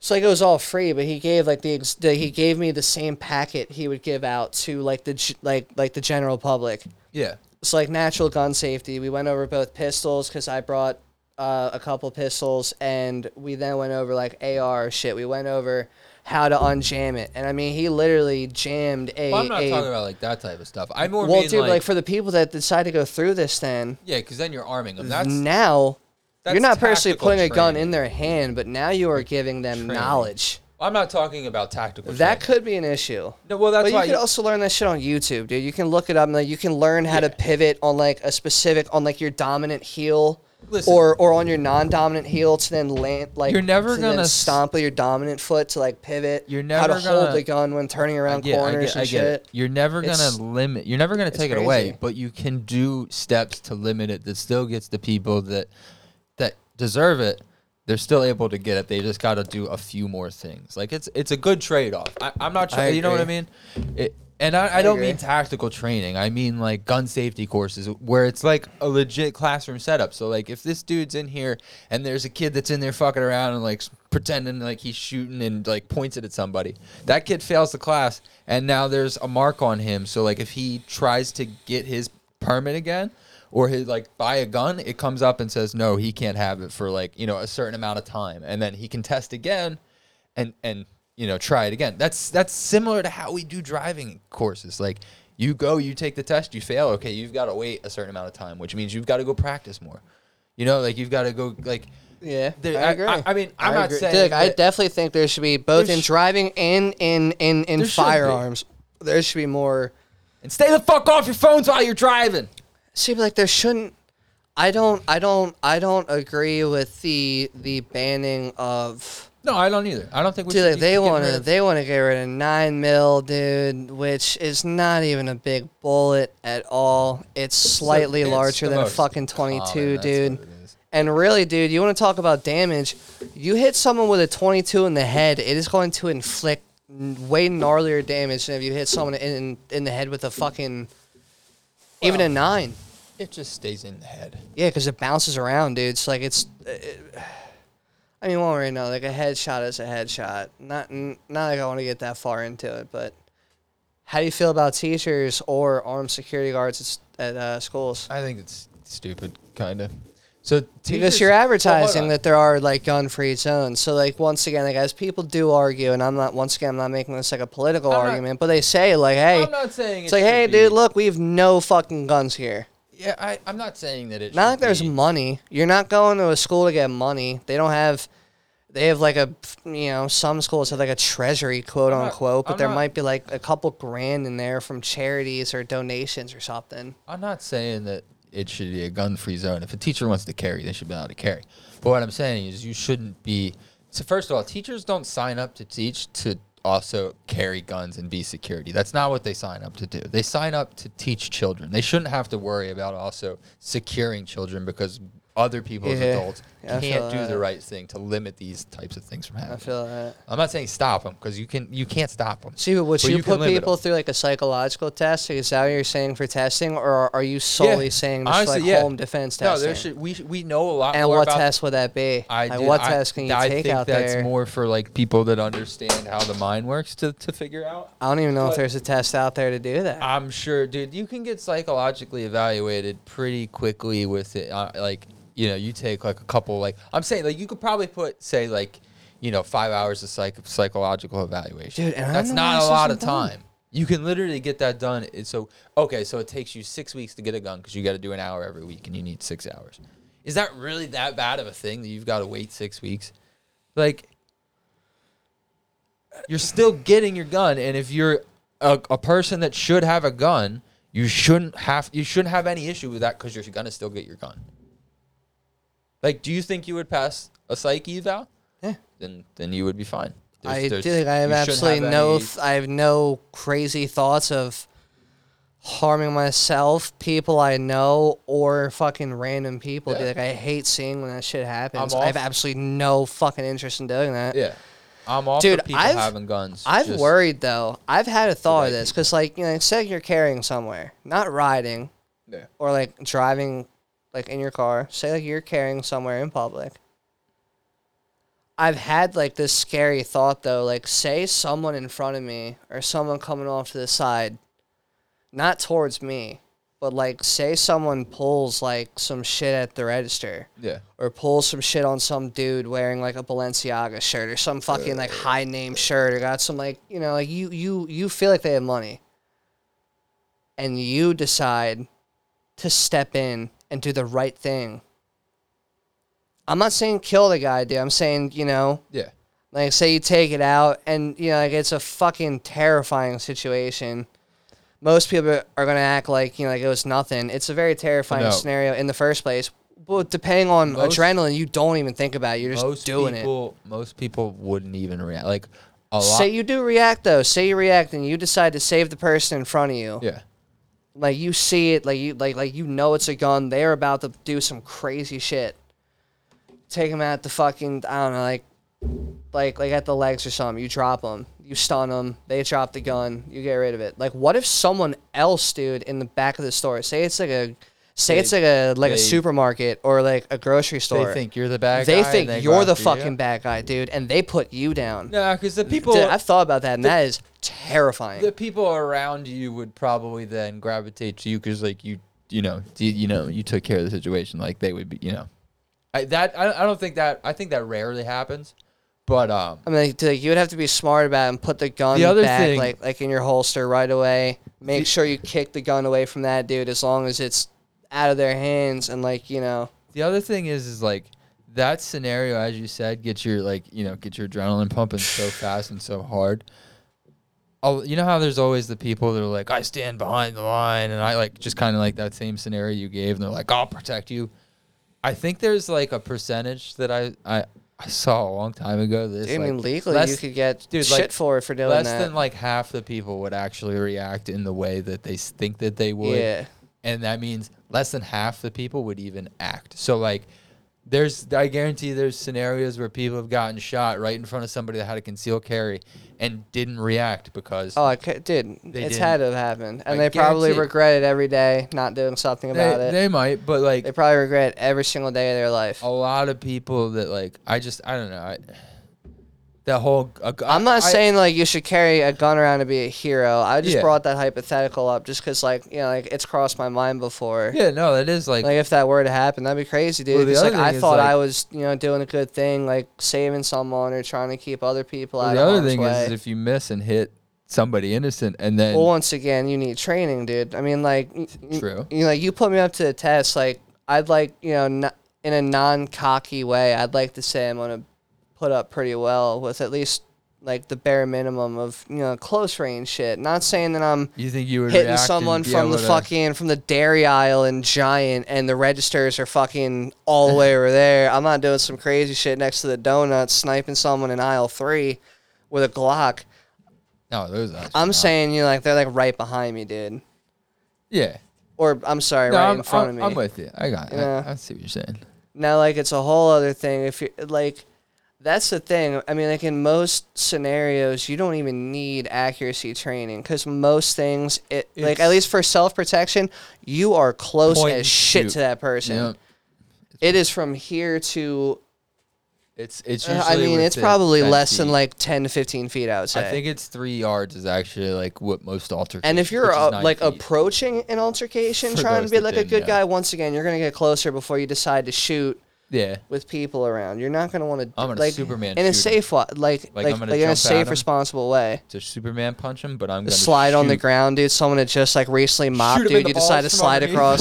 So like it was all free, but he gave like the, ex- the he gave me the same packet he would give out to like the g- like like the general public.
Yeah.
So like natural gun safety, we went over both pistols because I brought uh, a couple pistols, and we then went over like AR shit. We went over how to unjam it, and I mean he literally jammed a.
Well, I'm not
a-
talking about like that type of stuff. I more
well,
mean
dude,
like,
like, for the people that decide to go through this, then
yeah, because then you're arming them. That's
now you're
that's
not personally
tactical
putting a gun
training.
in their hand, but now you are giving them
Training.
knowledge.
I'm not talking about tactical.
That
training.
could be an issue.
No, well, that's
but you
why
could
you-
also learn that shit on YouTube, dude. You can look it up and like, you can learn how to pivot on like a specific on like your dominant heel
Listen.
or or on your non-dominant heel to then land like
You're never
to then
gonna s-
stomp with your dominant foot to like pivot.
You're
how to
never
hold
gonna-
the gun when turning around
Yeah, I
corners
get, I
and
get
shit.
it. You're never
It's-
gonna limit. You're never gonna take it
crazy.
away, but you can do steps to limit it. That still gets the people that that deserve it. They're still able to get it. They just got to do a few more things. Like it's it's a good trade off. I'm not
I
trying. You know what I
agree.
mean? It, and I, I don't
agree.
mean tactical training. I mean like gun safety courses where it's like a legit classroom setup. So like if this dude's in here and there's a kid that's in there fucking around and like s- pretending like he's shooting and like points it at somebody, that kid fails the class and now there's a mark on him. So like if he tries to get his permit again or his like buy a gun, it comes up and says no, he can't have it for like you know a certain amount of time, and then he can test again and and you know try it again that's that's similar to how we do driving courses like you go you take the test you fail okay you've got to wait a certain amount of time which means you've got to go practice more you know like you've got to go like
Yeah,
There-
I
I-
agree.
I- I mean, I'm not
agree.
saying
Dude, I
that-
definitely think there should be both
There
in
sh-
driving and in in in
There should be.
firearms. There should be more.
and stay the fuck off your phones while you're driving
See, but like there shouldn't. I don't. I don't. I don't agree with the the banning of.
no i don't either i don't think we
Dude,
should
like
be
they
getting rid
want to.
of-
They want to get rid of nine mil, dude, which is not even a big bullet at all. It's slightly
it's
larger
the
than a
most
fucking
common,
twenty two,
that's
dude.
what it is.
And really, dude, you want to talk about damage? You hit someone with a 22 in the head, it is going to inflict n- way gnarlier damage than if you hit someone in in the head with a fucking even a nine.
it just stays in the head
Yeah, because it bounces around, dude. It's like it's. it- I mean, one way or another, like a headshot is a headshot. Not n- not like I want to get that far into it, but how do you feel about teachers or armed security guards at, s- at uh, schools?
i think it's stupid kind of so
because
teachers-
you're
Well, hold
advertising
on.
that there are like gun-free zones. So like once again, like as people do argue, and I'm not once again, I'm not making this like a political
I'm not-
argument, but they say like, hey,
i'm not saying
it's
it
like,
should
hey,
be-
dude, look, we have no fucking guns here.
yeah I, i'm not saying that it
Not
should
like there's
be-
money. You're not going to a school to get money. They don't have. They have like a, you know, some schools have like a treasury, quote
not-
unquote, but
I'm
there
not-
might be like a couple grand in there from charities or donations or something.
I'm not saying that it should be a gun-free zone. If a teacher wants to carry, they should be allowed to carry. But what I'm saying is you shouldn't be. So first of all, teachers don't sign up to teach to also carry guns and be security. That's not what they sign up to do. They sign up to teach children. They shouldn't have to worry about also securing children because other people as
Yeah.
adults
Yeah, I feel
can't do
that.
the right thing to limit these types of things from happening.
I feel that.
I'm not saying stop them because you can you can't stop them.
See, but would you, put people
through?
through like a psychological test? Is that what you're saying for testing, or are- are you solely saying just
Honestly,
like
yeah.
home defense
No,
testing?
there should we sh- we know a lot
and
more
what
about
test would that be?
I
like,
did-
what
I-
test can you
I
take
think
out
that's
there?
more for like people that understand how the mind works to, to figure out.
I don't even know if
but-
there's a test out there to do that.
I'm sure, dude. You can get psychologically evaluated pretty quickly with it. Uh, like you know, you take like a couple. Like I'm saying, like you could probably put say like you know five hours of psych- psychological evaluation.
Dude, and I
that's
know
not
this
a lot of
isn't done.
time. You can literally get that done. It's So okay, so it takes you six weeks to get a gun because you got to do an hour every week, and you need six hours. Is that really that bad of a thing that you've got to wait six weeks? Like, you're still getting your gun, and if you're a, a person that should have a gun, you shouldn't have you shouldn't have any issue with that because you're gonna still get your gun. Like, do you think you would pass a psych eval?
Yeah.
Then then you would be fine. There's-
I do
there's-
think I have
you shouldn't
absolutely
have
no.
any-
Th- I have no crazy thoughts of harming myself, people I know, or fucking random people. dude.
Yeah.
Like I hate seeing when that shit happens.
I'm
I have
off-
absolutely no fucking interest in doing that.
Yeah. I'm all
Dude,
for people
I've-
having guns.
I've
just-
worried though. I've had a thought of
right
this because, like, you know, say you're carrying somewhere, not riding
Yeah.
or like driving, like in your car. Say like you're carrying somewhere in public. I've had like this scary thought though, like say someone in front of me or someone coming off to the side, not towards me, but like say someone pulls like some shit at the register
Yeah.
or pull some shit on some dude wearing like a Balenciaga shirt or some fucking like high name shirt or got some like you know like you you you feel like they have money and you decide to step in and do the right thing. I'm not saying kill the guy, dude. I'm saying, you know,
Yeah.
like say you take it out and you know like it's a fucking terrifying situation. Most people are going to act like, you know, like it was nothing. It's a very terrifying
No.
scenario in the first place. But depending on
Most-
adrenaline, you don't even think about it. You're just
Most
doing it.
people most people wouldn't even react. Like a lot
Say you do react though. Say you react and you decide to save the person in front of you.
Yeah.
Like you see it, like you like like you know it's a gun. They're about to do some crazy shit. Take them out the fucking I don't know, like like like at the legs or something. You drop them, you stun them. They drop the gun. You get rid of it. Like what if someone else, dude, in the back of the store? Say it's like a say it's like a like a
they-
supermarket or like a grocery
They
store.
think you're the bad
They
guy.
think
and go
you're the
after you.
fucking bad guy, dude, and they put you down.
No, because the people
Dude, I've thought about that, and that is terrifying.
the people around you would probably then gravitate to you because like you you know you, you know you took care of the situation like they would be you know I, that I, I don't think that I think that rarely happens but um
I mean, like, dude, you would have to be smart about it and put the gun
The other
back,
thing-
like, like in your holster right away. Make sure you kick the gun away from that dude as long as it's out of their hands and, like, you know,
the other thing is is like that scenario as you said gets your like you know get your adrenaline pumping so fast and so hard Oh, you know how there's always the people that are like i stand behind the line and i like just kind of like that same scenario you gave and they're like i'll protect you i think there's like a percentage that i i, I saw a long time ago this
I mean,
like,
legally you
less-
could get
dude, like,
shit for it for doing
less
that.
than like half the people would actually react in the way that they s- think that they would
yeah.
and that means less than half the people would even act. So like there's I guarantee there's scenarios where people have gotten shot right in front of somebody that had a concealed carry and didn't react because
Oh, it could, dude, it's
didn't.
had to have happened. And
I
they probably
guarantee it.
regret it every day, not doing something
they,
about it.
they Oh, might, but like
They probably regret it every single day of their life.
a lot of people that like I just I don't know. I, that whole a gu-
I'm not
I-
saying like you should carry a gun around to be a hero. I just
Yeah.
brought that hypothetical up just because like you know like it's crossed my mind before.
yeah, no, that is like,
Like if that were to happen, that'd be crazy, dude.
Well, the
'cause, like
other
I
thing is,
thought I
like-
was you know doing a good thing, like saving someone or trying to keep other people out
the
of
other
harm's
thing
way.
is, is if you miss and hit somebody innocent and then
well, once again, you need training, dude. I mean, like, y- y-
True.
You know, like you put me up to the test. Like, I'd like, you know, n in a non cocky way, I'd like to say I'm gonna put up pretty well with at least like the bare minimum of you know close range shit. Not saying that I'm
you think you would
hitting
react and
someone
be
from
able
the
to-
fucking from the dairy aisle in Giant, and the registers are fucking all the way over there. I'm not doing some crazy shit next to the donuts, sniping someone in aisle three with a Glock.
No, those. are-
I'm saying you know, like they're like right behind me, dude.
yeah.
Or I'm sorry,
No,
right
I'm,
in front
I'm-
of me.
I'm with you. I got.
Yeah.
I, I see what you're saying.
now, like it's a whole other thing. If you like, that's the thing. I mean, like in most scenarios, you don't even need accuracy training because most things, it like at
It's-
least for self protection, you are close
Point
as
and
shit
shoot.
to that person.
Yep.
It is from here to.
It's it's
uh,
usually.
I mean, it's probably less than
like.
like ten to fifteen feet. I would say.
I think it's three yards is actually like what most altercations.
And if you're
which is
uh,
nine
like
feet.
approaching an altercation,
For
trying to
those
be
that
like a
didn't,
good
yeah.
guy, once again, you're gonna get closer before you decide to shoot.
Yeah.
with people around. You're not gonna want to.
I'm gonna
like,
Superman
in a
shoot 'em.
safe, wa- like like
I'm
like,
gonna
in a
jump at
safe,
him.
responsible way.
To Superman punch him, but I'm gonna
slide on the
shoot-
ground, dude. Someone had just like recently mopped,
him in
dude.
the
You decide to
balls from
slide across.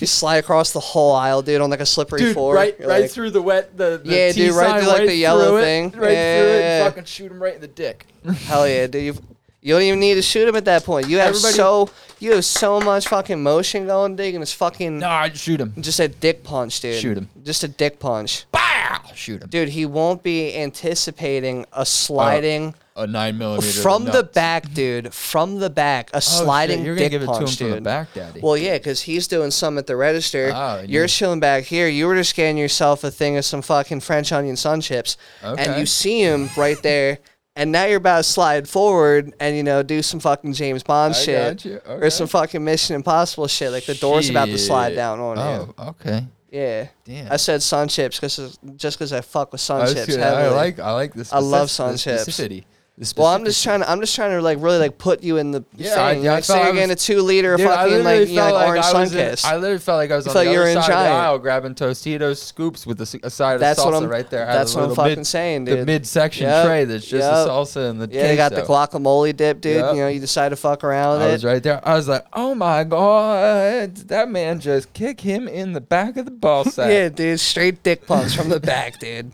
you slide across the whole aisle, dude, on like a slippery
Dude,
floor.
right,
You're
right
like,
through the wet, the, the
Yeah,
T
dude, right
sign,
through, like, the
through
yellow
it,
thing.
right through it,
Yeah.
and fucking shoot him right in the dick.
Hell yeah, dude. You've, you don't even need to shoot him at that point. You have
Everybody-
so you have so much fucking motion going, dude, and it's fucking
Nah, I'd shoot him.
just a dick punch, dude.
Shoot him.
Just a dick punch,
Bow! Shoot him.
dude. He won't be anticipating a sliding.
A nine millimeter
from
to
the
nuts. Oh,
back, dude. From the back, a
shit,
sliding
you're gonna
dick
give it to
punch,
him from
dude.
the back, daddy.
Well, yeah, because he's doing some at the register.
Oh, and
you're
you-
chilling back here. You were just getting yourself a thing of some fucking French onion sun chips, and
Okay.
you see him right there. And now you're about to slide forward and you know do some fucking James Bond
I
shit,
got you,
or
okay.
some fucking Mission Impossible shit. Like the door's about to slide
Shit.
down on you.
Oh, okay.
Yeah,
Damn.
I said sun chips because just because I fuck with sun
I, was
chips.
gonna- I
heavily.
like, I like this.
I love sun
sun
chips.
The
Well, I'm just
specificity.
trying to. I'm just trying to like really like put you in the
Yeah, I-
thing.
yeah, I
like, so
felt
you're
I
getting a
was-
two liter
Dude, I
fucking
literally
like you know,
felt
like orange
I was
sun
in-
kiss.
I literally felt like I was on
felt
the
you were
other
in
side of
Giant.
the aisle grabbing Tostitos scoops with a, s- a side
That's
of
what
salsa
I'm-
right there. out of
that's
the
what I'm
little
fucking saying,
The
dude.
midsection
Yep,
tray that's just
yep.
the salsa and the
yeah, they got the
queso.
guacamole dip, dude.
Yep.
You know, you decide to fuck around
I
with
was
it.
right there. I was like, "Oh my god, did that man just kick him in the back of the ball sack."
Yeah, dude, straight dick punch from the back, dude.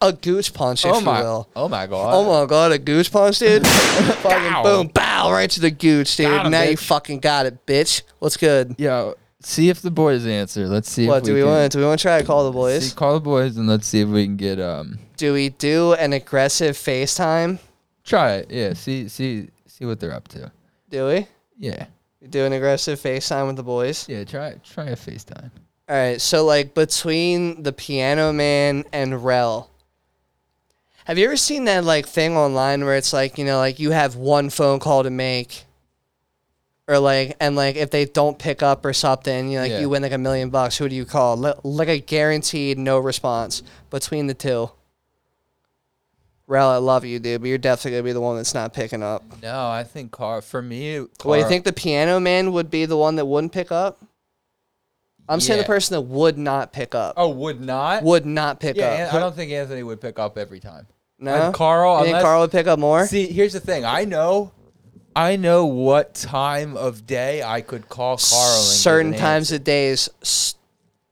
a gooch punch, if
oh my,
you will.
oh my god.
Oh my god, a gooch punch, dude! fucking
Bow.
boom, bow, right to the gooch, dude.
Got 'em,
now you
bitch.
fucking got it, bitch. What's good?
Yo, see if the boys answer. Let's see.
What
if
do we
can-
want? Do we want to try to call the boys?
See, call the boys and let's see if we can get um.
Do we do an aggressive FaceTime?
Try it. Yeah. See see see what they're up to.
Do we?
Yeah.
Do an aggressive FaceTime with the boys?
Yeah. Try try a FaceTime.
All right, so like between the Piano Man and Rel, have you ever seen that like thing online where it's like you know like you have one phone call to make, or like and like if they don't pick up or something, you like
Yeah.
you win like a million bucks. Who do you call? Li- Like a guaranteed no response between the two. Rel, I love you, dude, but you're definitely gonna be the one that's not picking up.
No, I think Carl. For me,
Well, you
Carl-
think the Piano Man would be the one that wouldn't pick up? I'm saying the
Yeah.
person that would not pick up
Oh, would not.
would not pick
yeah,
up.
An- I don't think Anthony would pick up every time.
no,
and Carl,
You think
unless-
Carl would pick up more.
See, here's the thing. I know, I know what time of day I could call Carl. And
certain
get an
times
answer.
of days, s-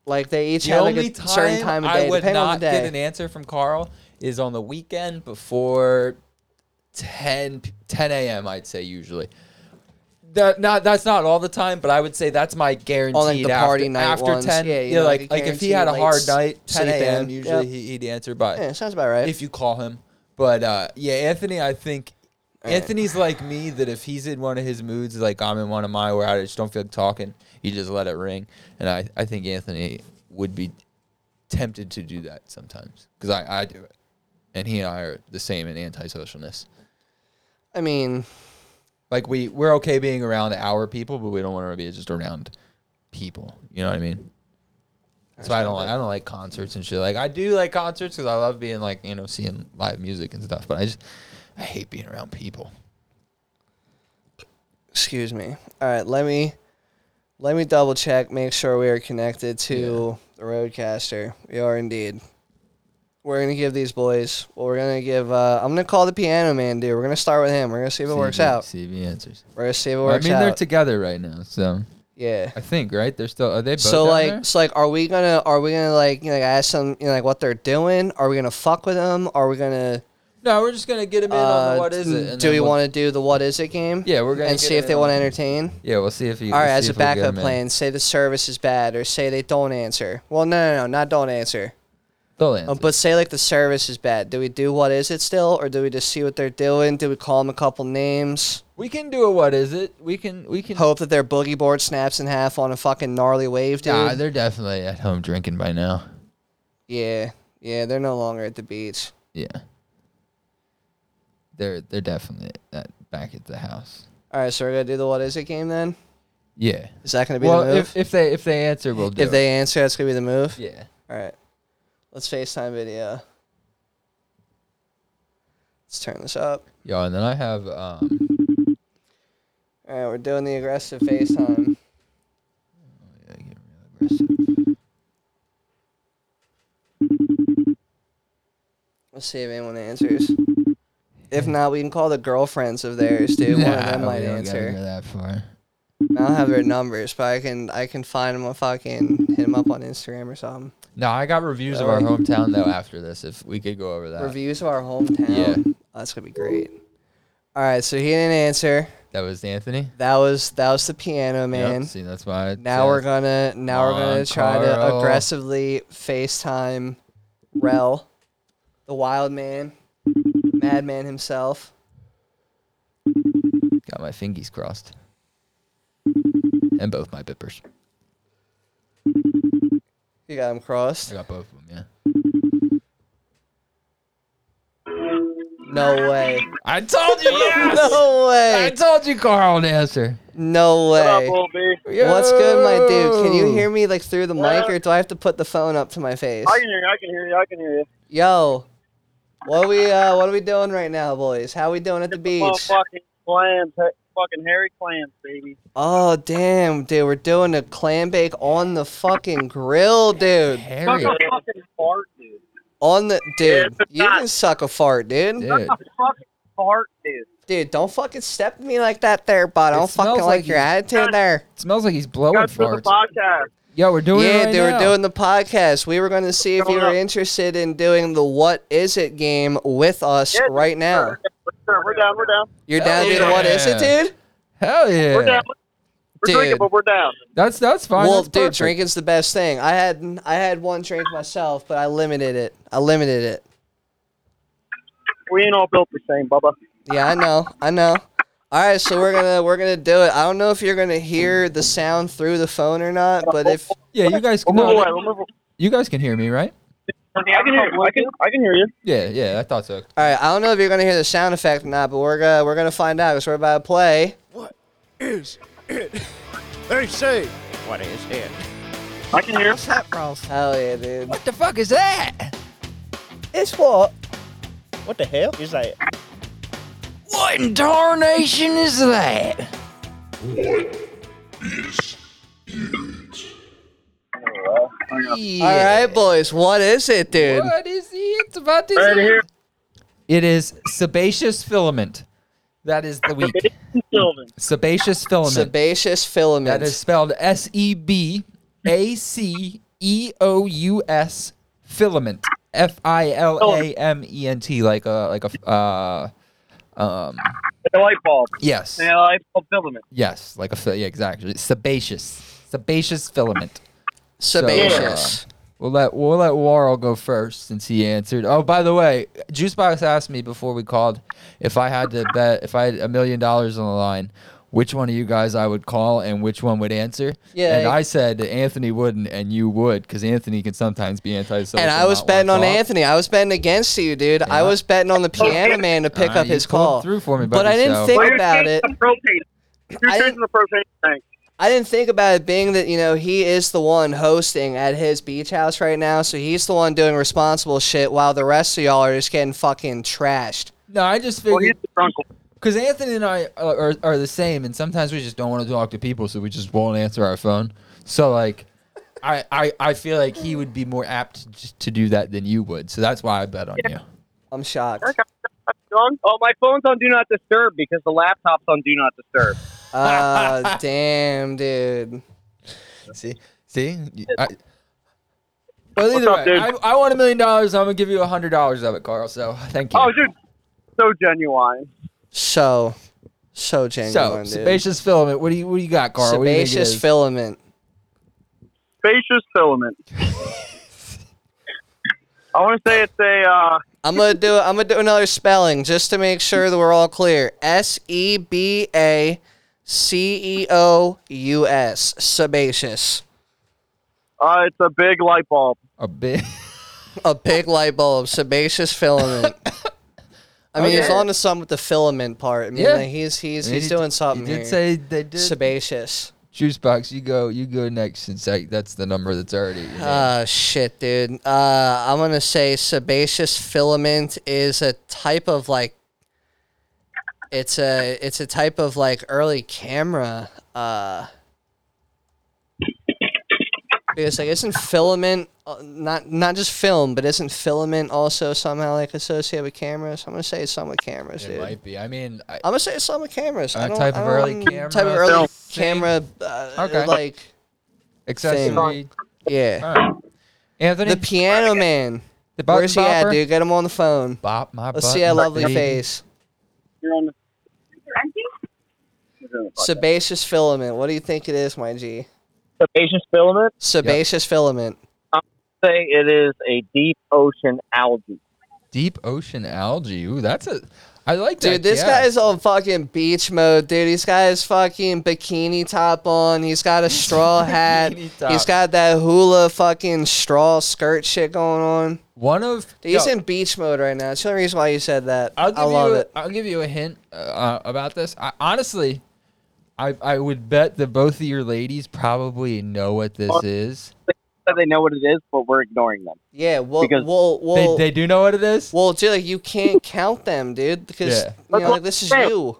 like they each
The
have like
only
a
time
certain time of day,
I would
depending
not
on the day.
get an answer from Carl is on the weekend before 10 p- 10 a.m. I'd say usually. That not that's not all the time, but I would say that's my guaranteed
Oh, the
after,
party night
after
ones.
10.
Yeah,
Yeah,
you know,
like
like a
like if he had a
guaranteed
hard
late
night, 10
sleep
a.m.
in.
Usually
Yep.
he, he'd answer by
yeah, sounds about right.
if you call him. But uh, yeah, Anthony, I think Anthony's like me that if he's in one of his moods, like I'm in one of mine where I just don't feel like talking, you just let it ring. And I, I think Anthony would be tempted to do that sometimes because I, I do it. And he and I are the same in antisocialness.
I mean,
Like we, we're okay being around our people, but we don't want to be just around people. You know what I mean? That's why I don't like I don't like concerts and shit. Like I do like concerts because I love being like you know seeing live music and stuff. But I just I hate being around people.
excuse me. All right, let me let me double check, make sure we are connected to the roadcaster. We are indeed. We're gonna give these boys. Well, we're gonna give. Uh, I'm gonna call the piano man, dude. We're gonna start with him. We're gonna see if it works out.
See if he answers.
We're gonna see if it
I
works
mean, they're
out.
together right now, so
yeah.
I think right. They're still are they both
So
down
like,
there?
so like, are we gonna are we gonna like you know like ask them you know like what they're doing? Are we gonna fuck with them? Are we gonna
no, we're just gonna get him in on
uh,
the what is it? and
do
then
we
we'll-
want to do the what is it game?
Yeah, we're gonna
and
get
see if
it
they
in
want to
on-
entertain.
Yeah, we'll see if he.
All right,
we'll
as
see
a
if we'll get
backup
him in.
plan, say the service is bad, or say they don't answer. Well, no, no, no, not don't answer.
They'll answer.
Uh, but say like the service is bad. Do we do what is it still, or do we just see what they're doing? Do we call them a couple names?
we can do a what is it? We can we can.
Hope that their boogie board snaps in half on a fucking gnarly wave, dude.
Nah, they're definitely at home drinking by now.
yeah, yeah, they're no longer at the beach.
Yeah. They're they're definitely at, back at the house.
All right, so we're gonna do the what is it game then.
Yeah.
Is that going to be
Well,
the move?
if, if they if they answer, we'll do.
If
it.
they answer, that's going to be the move?
yeah.
All right. Let's FaceTime video. Let's turn this up.
Yo, and then I have um.
All right, we're doing the aggressive FaceTime.
I get real aggressive.
Let's see if anyone answers. If not, we can call the girlfriends of theirs, dude. One of them might answer.
that far.
I don't have their numbers, but I can I can find them on fucking hit them up on Instagram or something.
No, I got reviews
Oh.
of our hometown though. After this, if we could go over that,
Reviews of our hometown.
Yeah.
Oh, that's gonna be great. All right, so he didn't answer.
that was Anthony.
That was that was the piano man.
Yep, see, that's why. I
Now we're gonna
said-
now we're
Come
gonna
on,
try to
Carl.
aggressively FaceTime Rel, the wild man, the madman himself.
got my fingers crossed, and both my bippers.
You got him
I
crossed.
got both of them. Yeah.
No way.
I told you. Yes!
No
I
way.
told you, Carl, would answer.
No way. What's good, my dude? Can you hear me like through the mic, or do I have to put the phone up to my face?
I can hear you. I can hear you. I can hear you.
Yo, what are we uh, what are we doing right now, boys? How we doing at the beach?
Motherfucking clams, he- fucking hairy clams, baby.
Oh damn, dude, we're doing a clam bake on the fucking grill, dude.
Fuck
Harry,
a fucking fart, dude.
On the dude,
it's
you
not-
can suck a fart, dude.
dude.
dude.
Fuck a fucking fart, dude.
don't fucking step to me like that there, bud. I
It
don't fucking
smells
like,
like
your
you-
attitude there.
It sdude. smells like he's blowing
Got to the
farts.
podcast.
Yo, we're doing it
yeah,
right
they were
now.
doing the podcast. We were going to see if you
Going
were
up.
interested in doing the "What Is It" game with us
Yeah,
right now.
Sure, sure, We're down. We're down.
You're
Hell
down to the "What Is It,"
yeah.
dude?
Hell
We're
yeah.
down. We're drinking,
Dude.
but we're down.
That's that's fine.
well,
that's
dude,
perfect.
drinking's the best thing. I had I had one drink myself, but I limited it. I limited it.
We ain't all built the same, Bubba.
Yeah, I know. I know. All right, so we're gonna we're gonna do it. I don't know if you're gonna hear the sound through the phone or not, but if
Yeah, you guys.
We'll move
no,
away.
that-
We'll move away.
you guys can hear me, right?
I can hear you. I can, I can hear you.
Yeah, yeah. I thought so.
all right, I don't know if you're gonna hear the sound effect or not, but we're gonna we're gonna find out because we're about to play.
What is it? They say, what is it?
I can hear you.
that, Ralph?
Hell yeah, dude!
What the fuck is that?
It's what?
What the hell is that?
What in tarnation is that?
All right, boys, what is it, dude?
What is it about this?
Right here.
It is sebaceous filament. That is the week.
Sylvan.
Sebaceous filament.
Sebaceous filament.
that is spelled S E B A C E O U S filament. F I L A M E N T. Like a like a uh um
The light bulb.
yes.
The light bulb filament.
Yes, like a fil- yeah, exactly. Sebaceous. Sebaceous filament.
Sebaceous.
We'll let we'll let Warl go first since he answered. Oh, by the way, Juicebox asked me before we called if I had to bet if I had a million dollars on the line, which one of you guys I would call and which one would answer.
Yeah.
And I said that Anthony wouldn't and you would because Anthony can sometimes be antisocial.
and I was
not
betting on
wanna talk.
Anthony. I was betting against you, dude. I
Yeah.
was betting on the piano man to pick
Alright,
up
you
his
pulled
call.
through for me,
But I
buddy,
didn't
so-
think
Well, you're
about
changing
it.
The propane. You're
I didn't-
changing the propane tank.
I didn't think about it being that, you know, he is the one hosting at his beach house right now, so he's the one doing responsible shit while the rest of y'all are just getting fucking trashed.
No, I just
Well, he's
figured
the drunk one.
because Anthony and I are, are, are the same, and sometimes we just don't want to talk to people, so we just won't answer our phone. So like, I I, I feel like he would be more apt to, just to do that than you would. So that's why I bet on you.
I'm shocked.
Drunk? Oh, my phone's on Do Not Disturb because the laptop's on Do Not Disturb.
Uh, damn, dude.
See, see. You- I, well, either
up,
way,
dude?
I, I want a million dollars. I'm gonna give you a hundred dollars of it, Carl. So thank you.
Oh, dude, so genuine.
So, so
so
genuine, dude.
sebaceous filament. What do you what do you got, Carl? What do you think it
Sebaceous
is?
filament.
Spacious filament. I want to say it's a. Uh,
I'm gonna do. I'm gonna do another spelling just to make sure that we're all clear. S e b a c e o u s. Sebaceous.
uh, it's a big light bulb.
a big.
A big light bulb, sebaceous filament. I mean, he's
Okay.
on to something with the filament part. I mean,
Yeah.
like, he's he's
He
he's
did-
doing something
He
here.
did say they did.
sebaceous.
Juice box, you go. You go next since I, that's the number that's already. in there.
Ah, shit, dude. Uh, I'm gonna say sebaceous filament is a type of like. It's a it's a type of Ah. like early camera. Uh, Because like isn't filament uh, not not just film, but isn't filament also somehow like associated with cameras? I'm gonna say it's some with cameras,
It
dude.
might be. I mean, I,
I'm gonna say it's some with cameras. I
Uh,
don't,
type
I
of
don't-
early
Type of
camera
early
thing?
camera. Uh,
Okay.
Like
accessory.
yeah,
All right. Anthony,
the piano man.
the button
Where's he at,
bopper?
dude? Get him on the phone.
Bop my
Let's
butt,
see that lovely
baby.
face.
You're on the.
Sebaceous filament. What do you think it is, my G?
Sebaceous filament.
Sebaceous filament.
Say it is a deep ocean algae.
Deep ocean algae. Ooh, that's a. I like that.
Dude, this
guess.
guy is on fucking beach mode, dude. He's got his fucking bikini top on. He's got a straw hat.
Bikini top.
He's got that hula fucking straw skirt shit going on.
one of.
Dude, he's
Yo,
in beach mode right now. That's the only reason why you said that.
I'll give
I love
you.
it.
I'll give you a hint uh, uh, about this. I, honestly, I I would bet that both of your ladies probably know what this is.
So They know what it is, but we're ignoring them.
Yeah, well,
Because
well, well,
they, they do know what it is.
well, dude, like, you can't count them, dude, because
Yeah.
you
That's
know,
what
like, this is
I'm
you.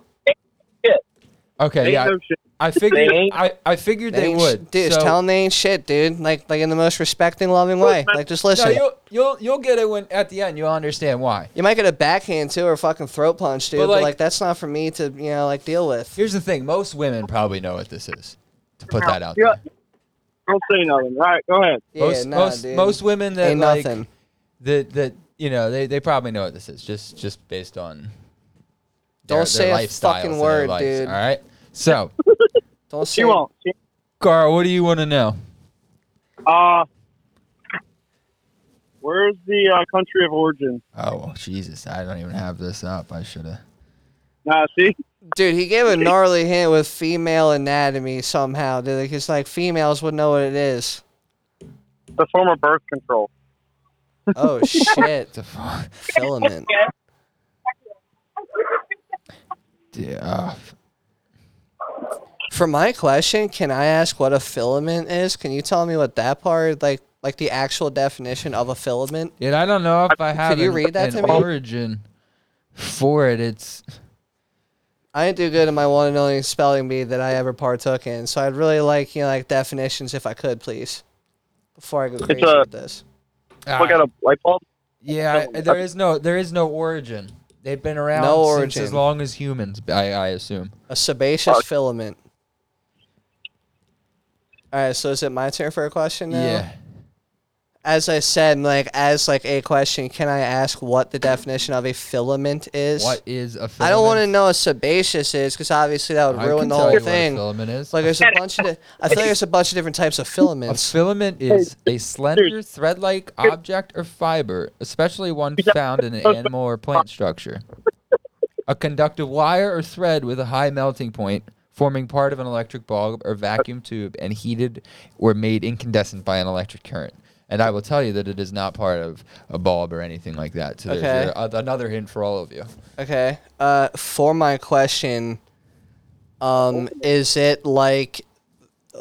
Okay,
They
yeah.
know shit.
I figured.
ain't-
I, I figured they,
ain't sh-
would.
dude.
so,
just tell them they ain't shit, dude. Like, like in the most respecting, loving way. Like, just listen.
No,
you
you'll, you'll you'll get it when at the end you'll understand why.
might get a backhand too, or a fucking throat punch, dude. But
But,
like,
like-
that's not for me to, you know, like deal with.
Here's the thing: most women probably know what this is. To put that out
Yeah.
there,
Don't say nothing. All right, go ahead.
most
yeah, nah,
most,
dude.
most women that
ain't
like
nothing.
that that you know they, they probably know what this is just just based on.
Don't
Their,
say
their
a
lifestyles
fucking
and their
word,
lives,
dude.
All right, so
Don't say.
She won't. She,
Carl, what do you want to know?
uh, where's the uh, country of origin?
Oh well, Jesus, I don't even have this up. I should have.
Nah, see,
Dude, he gave a gnarly hint with female anatomy somehow, dude. Like, it's like females would know what it is.
the former birth control.
Oh shit,
The fuck,
filament.
dude, uh,
For my question, can I ask what a filament is? Can you tell me what that part, like, like the actual definition of a filament?
dude, I don't know if I have.
you
an-
read that
an
to me?
Origin for it. It's
I didn't do good in my one and only spelling bee that I ever partook in, so I'd really like you know like definitions if I could, please, before I go crazy
a-
with this.
Ah.
Look at a light bulb.
Yeah, I, there is no there is no origin. They've been around
No
since as
origin.
long as humans. I, I assume.
A sebaceous
Fuck.
filament. All right, so is it my turn for a question now?
Yeah.
As I said, like as like a question, can I ask what the definition of a filament is?
What is a filament?
I don't want to know what sebaceous is because obviously that would
I
ruin
can
the
tell
whole
you what a
thing.
filament is.
Like there's a bunch of, di- I feel like there's a bunch of different types of
a
filaments.
filament is a slender, thread-like object or fiber, especially one found in an animal or plant structure. A conductive wire or thread with a high melting point, forming part of an electric bulb or vacuum tube, and heated or made incandescent by an electric current. And I will tell you that it is not part of a bulb or anything like that. So
Okay.
there's your, uh, another hint for all of you.
Okay. Uh, for my question, um, is it like,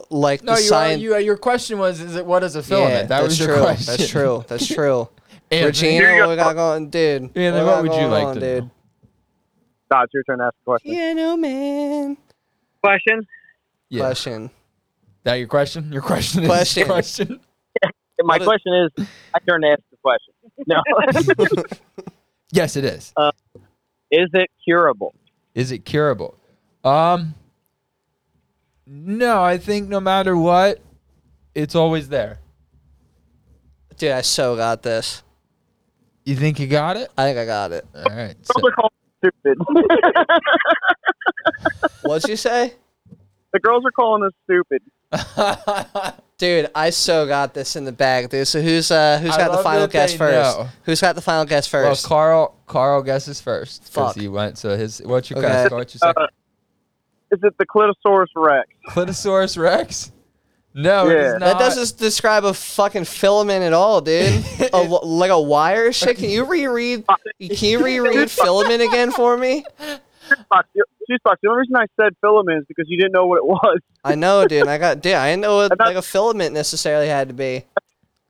like
Oh. No,
the
you, are,
science?
you uh, your question was, is it what is a filament?
yeah,
that
that's
was
true.
your question.
That's true. That's true.
Anthony.
Regina, what we got going, dude?
Yeah, then
we
what
got
would you
going
like
on,
to
dude?
know?
Nah, it's your turn to ask a question.
Piano man.
Question.
Yeah.
Question.
That your question? Your question is
Question.
question.
My
What is-
question is, I turn to ask the question. No,
Yes, it is.
is it curable?
Is it curable? Um No, I think no matter what, it's always there.
Dude, I so got this.
You think you got it?
I think I got it.
All right. so-
Don't look all stupid.
What'd you say?
the girls are calling us stupid.
Dude, I so got this in the bag, dude. So who's uh who's
I
got the
love
final
that
guess
they
first?
know.
Who's got the final guess
well,
first?
Carl Carl guesses first 'cause
Fuck.
he went. So his what's your
Okay.
guess? What's your second?
Is it the Clitosaurus Rex?
Clitosaurus Rex? No, it is
Yeah.
not.
That doesn't describe a fucking filament at all, dude. a, lo- like a wire shit. Can you reread? Can you reread filament again for me?
Juicebox, you- Juicebox, the only reason I said filament is because you didn't know what it was. You
I know, dude. I got, dude. I didn't know what
thought-
like a filament necessarily had to be.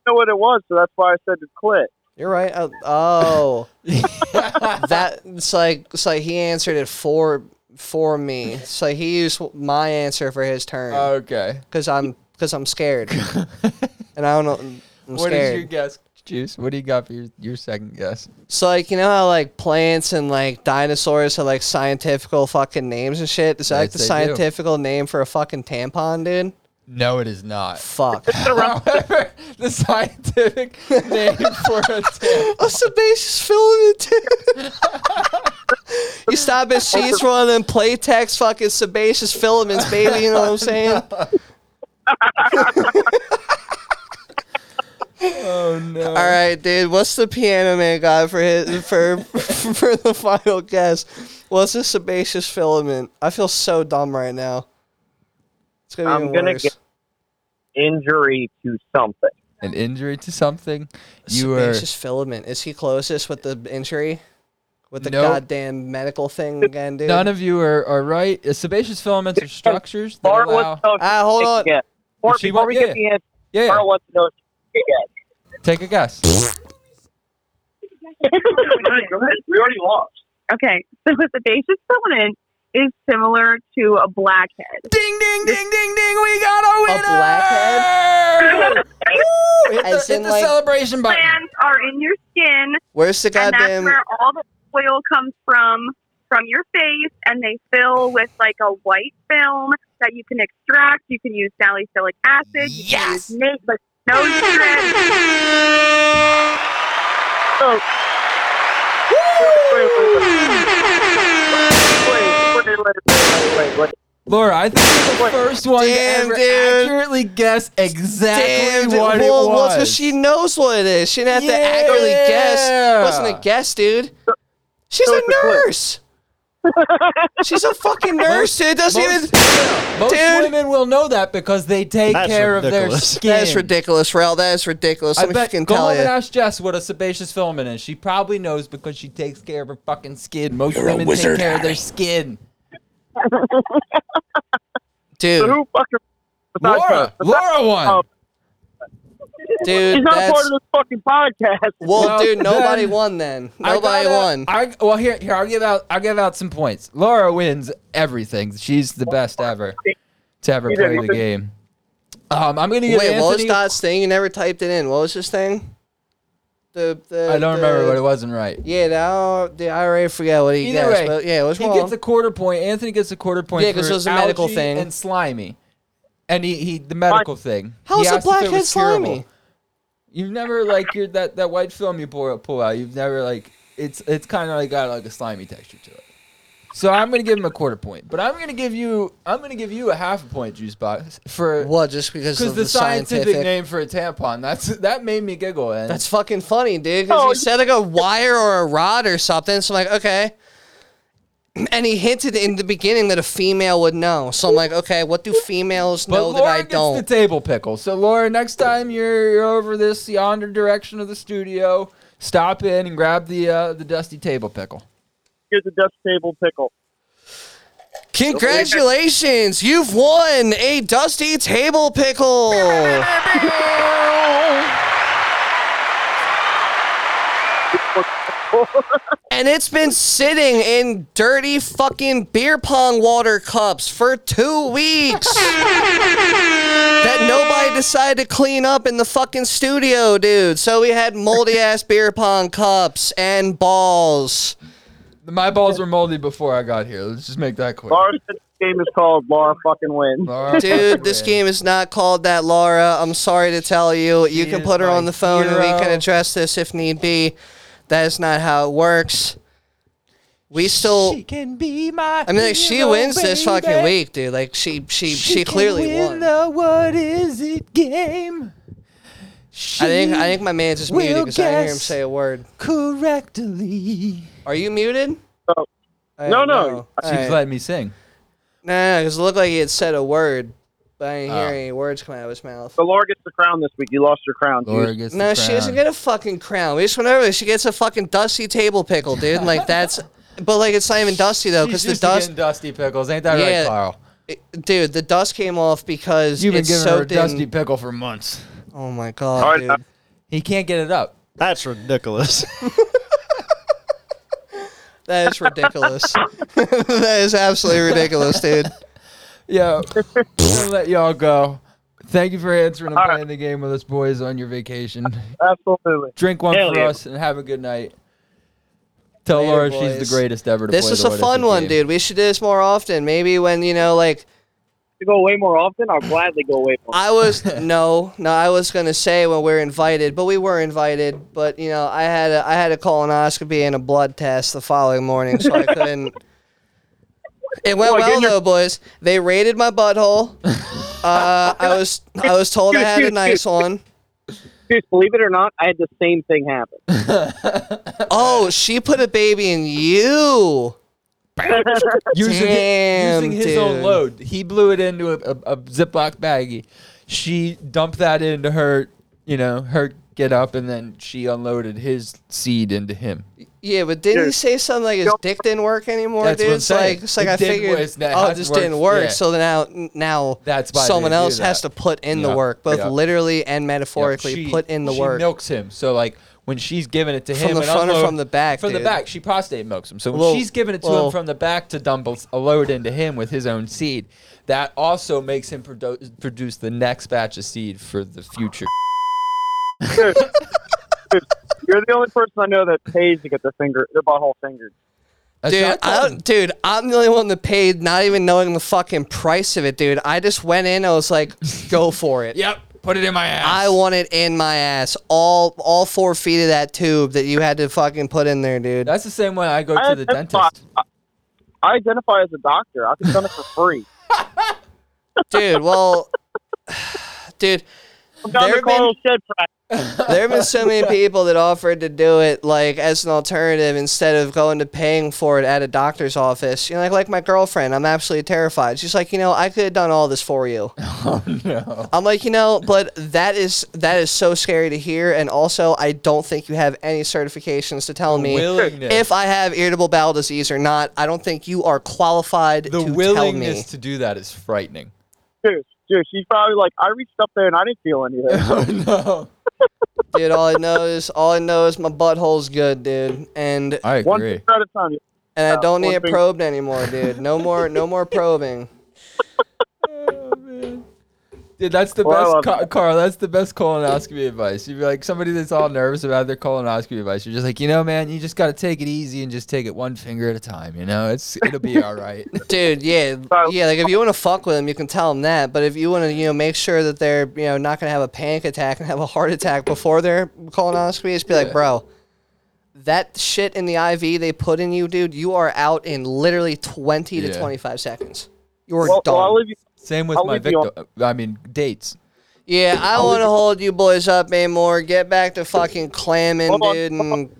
know what it was, so that's why I said the clit.
You're right. Oh, oh. that it's like it's like he answered it for for me. It's
Oh.
like he used my answer for his turn
Okay.
because I'm because I'm scared. and I don't know. I'm
What
scared.
is your guess, Juice? What do you got for your, your second guess?
So like you know how like plants and like dinosaurs have like scientifical fucking names and shit. Is that like
Yes,
the
they do.
scientifical name for a fucking tampon, dude?
No, it is not.
Fuck.
However, the scientific name for a tip.
A sebaceous filament. dude. you stop at sheets for one of them Playtex fucking sebaceous filaments, baby. You know what I'm saying?
Oh no!
All right, dude. What's the piano man got for his for for the final guess? What's a sebaceous filament? I feel so dumb right now. It's gonna be
I'm
even
gonna
worse.
guess- Injury to something.
An injury to something. You were
Sebaceous filament. Is he closest with the injury? With the
Nope.
goddamn medical thing again, dude?
none of you are, are right. Uh, sebaceous filaments are structures that
Bart
allow.
wants to know if
Ah, hold
she can
on.
guess. Bart,
She
before
won't-
we
yeah.
get the answer,
Yeah,
Bart wants to know if she can guess.
take a guess.
we already lost.
Okay, so the sebaceous filament is similar to a blackhead.
ding ding ding ding ding! We got a winner.
blackhead?
Woo! Hit
As
the, hit
in,
the
like-
celebration button.
Plants are in your skin,
Where's the
and that's
goddamn?
where all the oil comes from, from your face, and they fill with like a white film that you can extract. You can use salicylic acid. You can
Yes!
use nate, but no stress.
So, wait, wait, wait, wait, wait, wait, wait, wait, wait.
Laura, I think you're the first one
Damn,
to ever
dude.
accurately guess exactly
Damn,
what
dude,
it
well, well,
was.
it's 'cause she knows what it is. She didn't have to accurately guess. It wasn't
Yeah.
a guess, dude. She's
so
a
it's a clue.
nurse. She's a fucking nurse, dude. Doesn't
most-
even.
Most
Dude.
women will know that because they take
That's
care of their
ridiculous.
skin.
That's ridiculous, Rel. That is ridiculous.
I
Let me
bet.
fucking
Go
tell
home and
you.
ask Jess what a sebaceous filament is. She probably knows because she takes care of her fucking skin. Most women take care of their skin.
So
Dude,
who fucking? besides
Laura,
her-
Laura won.
Oh.
dude,
She's not
that's.
part of this fucking podcast.
Well,
Well,
dude, nobody
then-
won then.
I
Nobody
gotta-
won.
I, well, here, here, I'll give out, I'll give out some points. Laura wins everything. She's the best ever to ever
didn't
play the
even-
game. Um, I'm gonna give
Wait, what was
Anthony.
Dot's thing? You never typed it in. What was his thing? The, the
I don't
the,
remember, but it wasn't right.
Yeah, now the I already forgot what he
Either
guessed.
way,
but yeah, it was
he
wrong.
gets a quarter point. Anthony gets a quarter point.
Yeah, 'cause
for
it was a medical
algae
thing.
and slimy, and he, he the medical thing.
How
He
is a
asked if it
blackhead
was curable.
slimy?
You've never like your that that white film you pull pull out. You've never like it's it's kind of like got like a slimy texture to it. So I'm gonna give him a quarter point, but I'm gonna give you I'm gonna give you a half a point, juice box, for
What? Just because
because
of
the, scientific,
scientific
name for a tampon. That's that made me giggle. And
That's fucking funny, dude. Because
Oh,
he said like a wire or a rod or something. So I'm like, okay. And he hinted in the beginning that a female would know. So I'm like, okay, what do females
but
know
Laura
that I
gets
don't?
the table pickle. So Laura, next time you're, you're over this yonder direction of the studio, stop in and grab the uh, the dusty table pickle.
Here's a dust table pickle.
Congratulations! You've won a Dusty Table Pickle! and it's been sitting in dirty fucking beer pong water cups for two weeks! that nobody decided to clean up in the fucking studio, dude. So we had moldy ass beer pong cups and balls.
My balls were moldy before I got here. Let's just make that clear.
Laura said the game is called Laura fucking wins.
Laura
Dude, this
Flynn.
game is not called that, Laura. I'm sorry to tell you. You
She
can
is
put her
my
on the phone and we can
hero.
address this if need be. That is not how it works. We still.
She can be my.
I mean, like, she
hero,
wins this fucking
baby.
week, dude. Like, she she she,
can
clearly won.
win The what is it game?
I think I think my man's just muted
will
because I didn't hear him
guess.
say a word.
correctly.
Are you muted?
No.
I
No,
don't
no.
know.
She
All
was
right.
letting me sing.
nah, because it looked like he had said a word, but I didn't hear
Oh.
any words come out of his mouth.
So Laura gets the crown this week. You lost your crown. dude.
Laura gets
No,
the
she
crown.
doesn't get a fucking crown. We just went over. it. She gets a fucking dusty table pickle, dude. Like that's, but like it's not even dusty though, because
She's
the
used to
dust,
getting dusty pickles. Ain't that
Yeah.
right, Carl?
it- dude, the dust came off because
You've been
it's
giving her a
soaked
dusty
in.
pickle for months.
Oh my
All
god,
right,
dude.
uh,
He can't get it up.
That's ridiculous.
that is ridiculous. that is absolutely ridiculous, dude.
Yo, I'm gonna let y'all go. Thank you for answering and
All right.
playing the game with us, boys, on your vacation.
Absolutely.
Drink one
Hell
for
yeah.
us and have a good night. Tell
Later,
Laura she's
boys.
the greatest ever to
This
play
was
the
a
What If
fun
It
one,
game.
dude. We should do this more often. Maybe when you know, like
To go away more often, I'll gladly go away more.
I was no, no. I was gonna say when we're invited, but we were invited. But you know, I had a, I had a colonoscopy and a blood test the following morning, so I couldn't. It went
Well,
well
again, you're-
though, boys. They raided my butthole. Uh, I was I was told I had a nice one.
Serious, believe it or not, I had the same thing happen.
Oh, she put a baby in you.
Using, hi-
Damn,
using his own
dude.
load. He blew it into a, a, a Ziploc baggie. She dumped that into her, you know, her get up, and then she unloaded his seed into him.
Yeah, but didn't he
Dude.
say something like his dick didn't work anymore,
That's
dude?
what I'm
it's
saying.
like it's like
It
I
didn't
figured
work. It's not-
oh,
hasn't
it just didn't
worked.
work.
Yeah.
So then now now
That's why they
someone
do
else has to
that.
put in the
Yeah.
work, both
Yeah.
literally and
Yep,
metaphorically
she-
put in the
she
work.
milks him. So like when she's giving it to
From
him
the
and
front or
unload-
from the back,
From
dude.
the back, she prostate milks him. So when
Well-
she's giving it to
well-
him from the back to dump a load into him with his own seed, that also makes him produ- produce the next batch of seed for the future.
Dude, dude, you're the only person I know that pays to get their finger, their butthole fingered.
That's
Dude,
what I
I
told him.
don't, dude, I'm the only one that paid, not even knowing the fucking price of it, dude. I just went in, I was like, go for it.
Yep, put it in my ass.
I want it in my ass. All all four feet of that tube that you had to fucking put in there, dude.
That's the same way I go
I
to the
identify-
dentist.
I identify as a doctor. I could have done it for free.
Dude, well dude,
I'm down
There
to
have been-
Carl Shed practice.
there have been so many people that offered to do it like as an alternative instead of going to paying for it at a doctor's office. You know, like like my girlfriend, I'm absolutely terrified. She's like, you know, I could have done all this for you.
Oh no.
I'm like, you know, but that is that is so scary to hear, and also I don't think you have any certifications to tell me
willingness.
if I have irritable bowel disease or not. I don't think you are qualified
the
to tell me.
willingness to do that is frightening.
Dude, dude, she's probably like, I reached up there and I didn't feel anything.
Oh no.
dude, all I know is all I know is my butthole's good, dude, and
I
One
agree.
finger at a time.
and I don't
Uh, one
need it
thing-
probed anymore, dude. No more, no more probing.
Dude, that's the
Well, I love
best, Ca- Carl. That's the best colonoscopy advice. You'd be like somebody that's all nervous about their colonoscopy advice. You're just like, you know, man, you just got to take it easy and just take it one finger at a time. You know, it's it'll be all right.
Dude, yeah,
So-
yeah. Like if you want to fuck with them, you can tell them that. But if you want to, you know, make sure that they're, you know, not gonna have a panic attack and have a heart attack before their colonoscopy, just be like, bro, that shit in the IV they put in you, dude, you are out in literally twenty to
Yeah.
twenty-five seconds. You're
Well,
done.
well, I'll leave you.
Same with
I'll
my
leave you
victim. I mean, dates.
yeah, I want to hold you boys up anymore. Get back to fucking clamming,
Hold on,
dude.
hold
And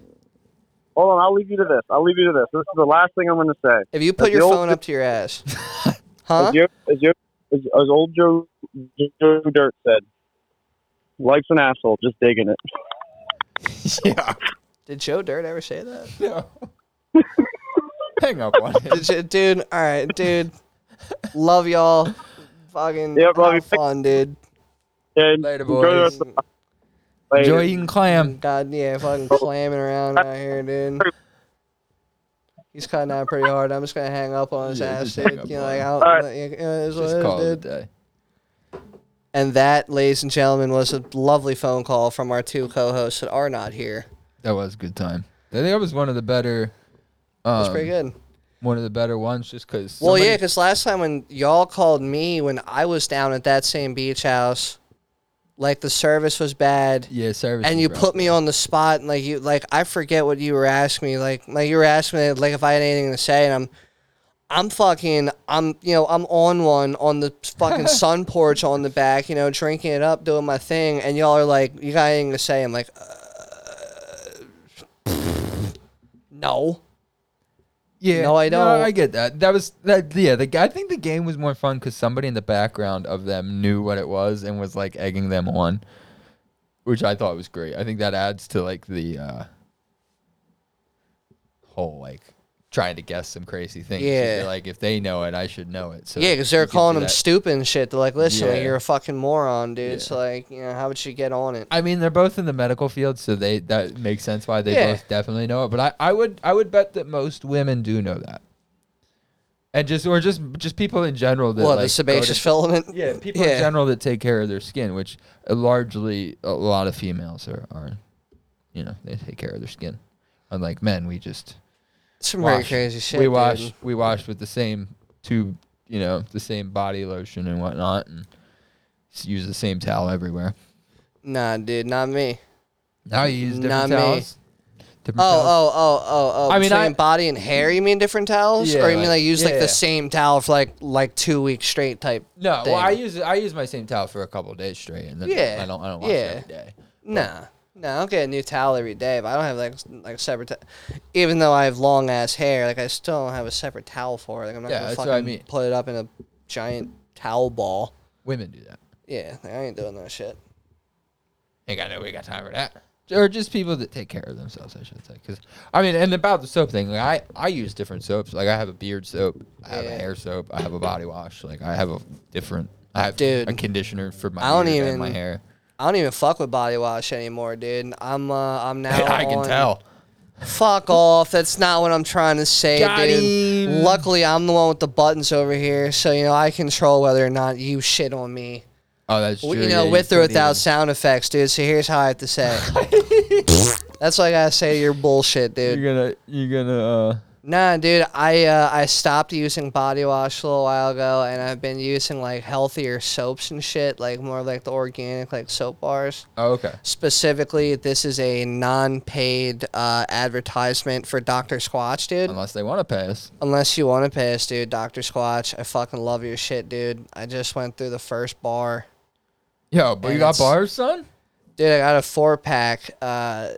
Hold on, I'll leave you to this. I'll leave you to this. This is the last thing I'm going to say.
if you put
As
your
the old-
phone up to your ass, huh?
As, you, as, you, as, as old Joe, Joe Dirt said, life's an asshole, just digging it.
yeah.
Did Joe Dirt ever say that?
No. Hang up on it.
Did you- dude, all right, dude. Love y'all. Fucking
Yep, love you.
have fun, dude.
And
Later,
enjoy the rest
boys.
of Oh. the- Later.
Enjoy eating clam.
God, yeah, fucking clamming around out here, dude. He's cutting out pretty hard. I'm just gonna hang up on his
Yeah,
ass,
just hang
dude.
up
You know,
on
like,
him.
I don't,
All
you know, it is what
Just
it is,
call it a
dude.
day.
And that, ladies and gentlemen, was a lovely phone call from our two co-hosts that are not here.
That was a good time. I think that was one of the better. Um,
That's pretty good.
One of the better ones, just because.
Well, yeah, because last time when y'all called me when I was down at that same beach house, like the service was bad.
Yeah, service.
and
was
you
rough.
put me on the spot and like you like I forget what you were asking me like like you were asking me like if I had anything to say and I'm I'm fucking I'm you know I'm on one on the fucking sun porch on the back you know drinking it up doing my thing and y'all are like you got anything to say I'm like uh, no
Yeah,
No, I don't.
I get that. That was that. Yeah, the g- I think the game was more fun because somebody in the background of them knew what it was and was like egging them on, which I thought was great. I think that adds to like the uh, whole like trying to guess some crazy things. You
Yeah.
feel like if they know it, I should know it. So
Yeah, 'cause they're
you get
calling
to
them
that-
stupid and shit they're like listen like,
Yeah.
you're a fucking moron dude it's
Yeah.
like you know how would you get on it
I mean, they're both in the medical field, so they that makes sense why they
Yeah.
both definitely know it. But I, I would I would bet that most women do know that. and just or just just people in general that
What
like,
the
go
sebaceous
to-
filament?
yeah, people
Yeah.
in general that take care of their skin, which uh, largely a lot of females are, are, you know, they take care of their skin. Unlike men, we just
Some pretty
wash.
crazy shit.
we
dude.
wash, we wash with the same tube, you know, the same body lotion and whatnot, and s- use the same towel everywhere.
Nah, dude, not me.
Now you use
Not
different
me.
towels. Different
Oh,
towels.
oh, oh, oh, oh.
I mean,
between
I-
body and hair. You mean different towels,
Yeah,
or you mean
like-
like use like
yeah.
the same towel for like like two weeks straight type?
No,
thing?
well, I use I use my same towel for a couple of days straight, and then
Yeah,
I don't I don't wash
yeah.
it every day.
Nah, nah. I don't get a new towel every day, but I don't have like s- like separate. T- Even though I have long ass hair, like I still don't have a separate towel for it. Like I'm not
Yeah,
gonna
that's
fucking
what I mean.
put it up in a giant towel ball.
Women do that.
Yeah, like, I ain't doing that shit.
Ain't got no, we got time for that. Or just people that take care of themselves, I should say. Because I mean, and about the soap thing, like I I use different soaps. Like I have a beard soap, I have a
Yeah.
hair soap, I have a body wash. Like I have a different. I have
Dude,
a conditioner for my
I don't
beard
even-
and my hair.
I don't even fuck with body wash anymore, dude. I'm uh, I'm now.
I can
on-
tell.
Fuck off. That's not what I'm trying to say,
Got
dude.
him.
Luckily, I'm the one with the buttons over here, so you know I control whether or not you shit on me.
Oh, that's true.
W you know,
yeah,
with or
couldn't
without
even-
sound effects, dude. So here's how I have to say. That's what I gotta say to your bullshit, dude.
You're gonna you're gonna. uh
Nah, dude. I uh, I stopped using body wash a little while ago, and I've been using like healthier soaps and shit, like more like the organic like soap bars.
Oh, okay.
Specifically, this is a non-paid uh, advertisement for Doctor Squatch, dude.
Unless they want to pay us.
Unless you want to pay us, dude. Dr. Squatch, I fucking love your shit, dude. I just went through the first bar.
Yo, but you
And
got
it's-
bars, son.
Dude, I got a four pack, uh,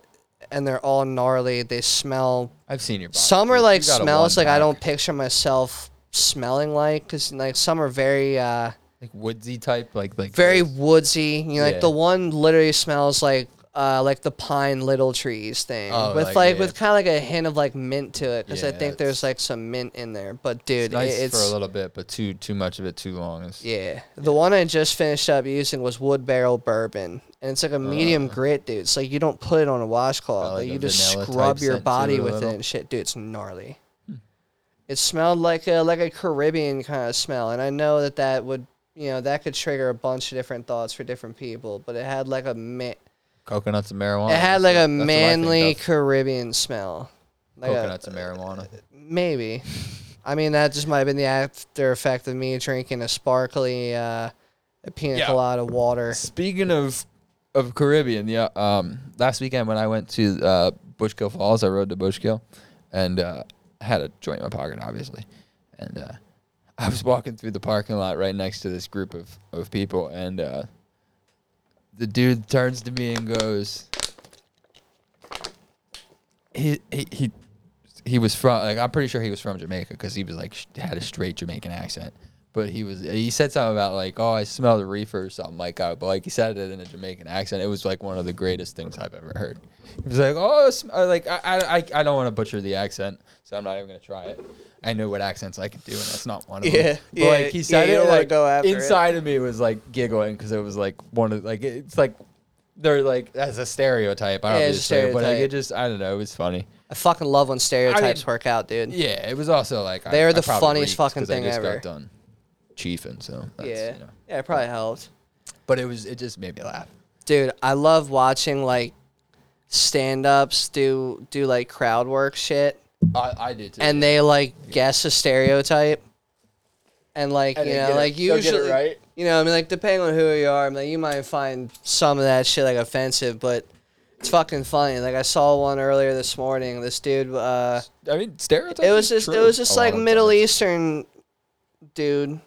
and they're all gnarly. They smell.
I've seen your bars.
Some are
You-
like
you got a
smells like I
one-pack.
don't picture myself smelling like, because like some are very, uh,
like woodsy type, like like
very
those.
woodsy. You know, like
Yeah.
the one literally smells like. Uh, like the pine little trees thing
Oh,
with like,
like, yeah.
with kind of like a hint of like mint to it because I
Yeah,
think there's
it's-
like some mint in there but dude
It's nice
it- it's
for a little bit, but too too much of it too long. It's,
Yeah. The one I just finished up using was wood barrel bourbon. And it's like a medium grit, dude. It's like you don't put it on a washcloth.
Kinda
Like
like
you
a
just
vanilla type
scrub your
scent to
body
it a
with
little. Hmm.
it and shit. Dude, it's gnarly. It smelled like a like a Caribbean kind of smell, and I know that that would you know that could trigger a bunch of different thoughts for different people. But it had like a ma-
Coconuts and marijuana.
it had like a
That's what- that's what I think
manly
of.
Caribbean smell, like a,
coconuts and marijuana.
Maybe. I mean, that just might have been the after effect of me drinking a sparkly uh, pina
Yeah.
colada water.
Speaking of of Caribbean, yeah. Um, last weekend when I went to uh, Bushkill Falls, I rode to Bushkill, and uh, had a joint in my pocket, obviously, and uh, I was walking through the parking lot right next to this group of of people, and uh, the dude turns to me and goes, he he. he he was from like I'm pretty sure he was from Jamaica because he was like sh- had a straight Jamaican accent. But he was he said something about like oh I smell the reefer or something like that. But like he said it in a Jamaican accent. It was like one of the greatest things I've ever heard. He was like oh it sm-, uh, like I I I- I don't want to butcher the accent, so I'm not even gonna try it. I know what accents I can do, and that's not one of
Yeah,
them. But
yeah,
like
yeah,
he said
you
it
don't wanna
like
go after it.
inside of me was like giggling because it was like one of like it's like they're like that's a stereotype. I don't
Yeah,
know
it's a
but like
stereotype.
it just I don't know. It was funny.
I fucking love when stereotypes
I mean-
work out, dude.
Yeah, it was also like I-
They are
I
the
probably
funniest
reeked
fucking
'cause
thing
I just
ever.
Got done chiefing, so that's,
yeah.
You know.
Yeah, it probably helped.
But it was it just made me laugh.
Dude, I love watching like stand ups do do like crowd work shit
I, I did too.
and they like guess a stereotype. And like,
And
you
they
know,
get it-
like
they'll get it
usually
right.
you know, I mean like depending on who you are, I mean, like, you might find some of that shit like offensive, but it's fucking funny. Like I saw one earlier this morning. This dude uh
I mean stereotypes.
it was
is
just it
true
was just
a lot
like
of
Middle
times.
Eastern dude,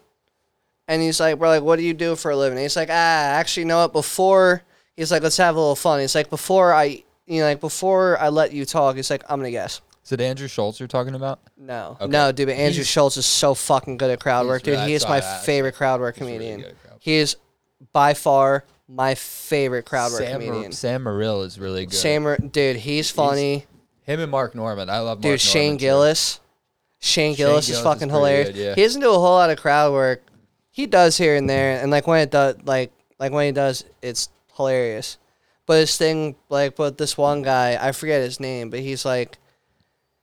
and he's like, we're like, what do you do for a living? And he's like, ah, actually, you know what? Before he's like, let's have a little fun. He's like, before I, you know, like before I let you talk, he's like, I'm gonna guess.
Is it Andrew Schultz you're talking about?
No,
Okay.
no, dude. But Andrew
He's-
Schultz is so fucking good at crowd
He's
work, dude.
really-
He
I
is
saw
my
that, actually.
favorite crowd work
really
comedian.
good at crowd work.
he is by far my favorite crowd work
Sam,
comedian.
Sam Morril is really good.
Sam, Ra- dude, he's funny.
Him and Mark Norman. I love Mark
Dude,
Norman
Shane
too.
Gillis. Shane Gillis
Gillis
is
is
fucking
pretty
hilarious.
good, yeah.
He doesn't do a whole lot of crowd work. He does here and there, and like when it does, like like when he does, it's hilarious. But his thing, like, but this one guy, I forget his name, but he's like,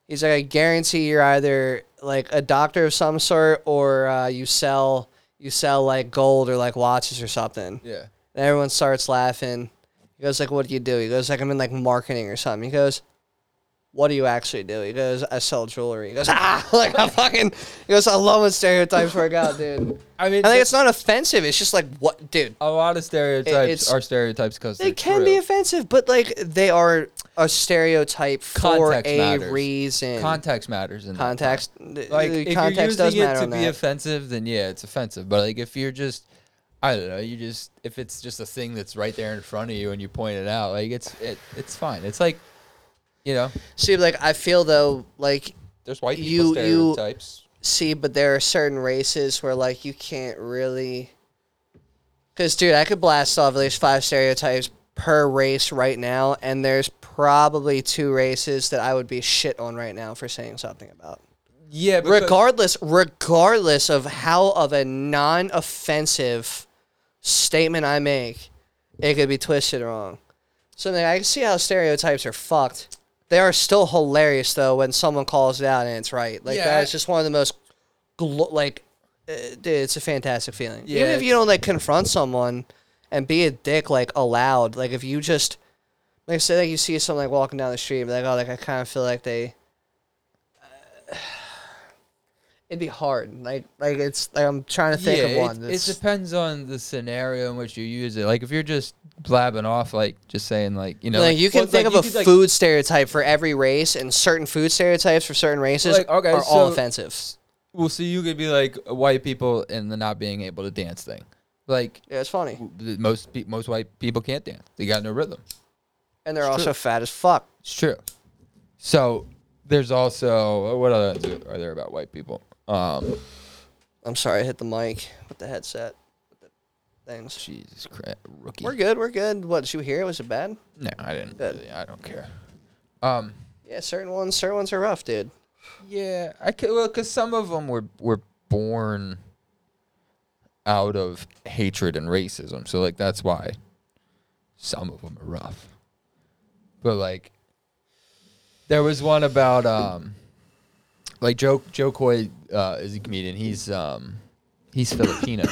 he's like, I guarantee you're either like a doctor of some sort, or uh, you sell you sell like gold or like watches or something.
Yeah.
And everyone starts laughing. He goes like, "What do you do?" He goes like, "I'm in like marketing or something." He goes, "What do you actually do?" He goes, "I sell jewelry." He goes, "Ah, like I fucking." He goes, "I love when stereotypes work out, dude."
I mean,
I think it's not offensive. It's just like, what, dude?
a lot of stereotypes
it's-
are steretypes because
They can be offensive, but like they are a stereotype for
Context
a
matters.
reason.
context matters in that.
Context,
Like
the
if
context
you're using
does
it
matter
to
on
be
that.
offensive, then yeah, it's offensive. But like if you're just, I don't know, you just if it's just a thing that's right there in front of you and you point it out, like it's it, it's fine. It's like, you know,
See, like I feel though, like
there's white people
You- you-
stereotypes.
see, but there are certain races where like you can't really. Because dude, I could blast off at least five stereotypes per race right now, and there's probably two races that I would be shit on right now for saying something about.
yeah, because,
regardless regardless of how of a non-offensive statement i make it could be twisted wrong so then i can see how stereotypes are fucked they are still hilarious though when someone calls it out and it's right like
Yeah, I-
that's just one of the most glo- like uh, dude, it's a fantastic feeling
Yeah,
even if you don't like confront someone and be a dick like allowed like if you just like say like you see someone like walking down the street be like oh like i kind of feel like they uh, it'd be hard like like it's like i'm trying to think
yeah,
of
it-
one
it,
that's-
depends on the scenario in which you use it. Like if you're just blabbing off, like just saying like you know,
like you can
well,
think of
like, you
a
could, like-
food stereotype for every race, and certain food stereotypes for certain races
Like, okay,
are all
so-
offensive.
Well, so you could be like white people and the not being able to dance thing. Like
Yeah, it's funny,
th- most pe- most white people can't dance; they got no rhythm.
and they're also fat as fuck.
It's true. So there's also what other ones are there about white people? Um,
I'm sorry, I hit the mic with the headset, with the things.
Jesus Christ, rookie.
We're good, we're good. What did you hear? Was it bad?
no, I didn't.
Good.
Really, I don't care. Um,
Yeah, certain ones, certain ones are rough, dude.
yeah, I could. Well, because some of them were were born out of hatred and racism, so like that's why some of them are rough. But like, there was one about um, like Joe Joe Coy uh, is a comedian. He's um, he's Filipino,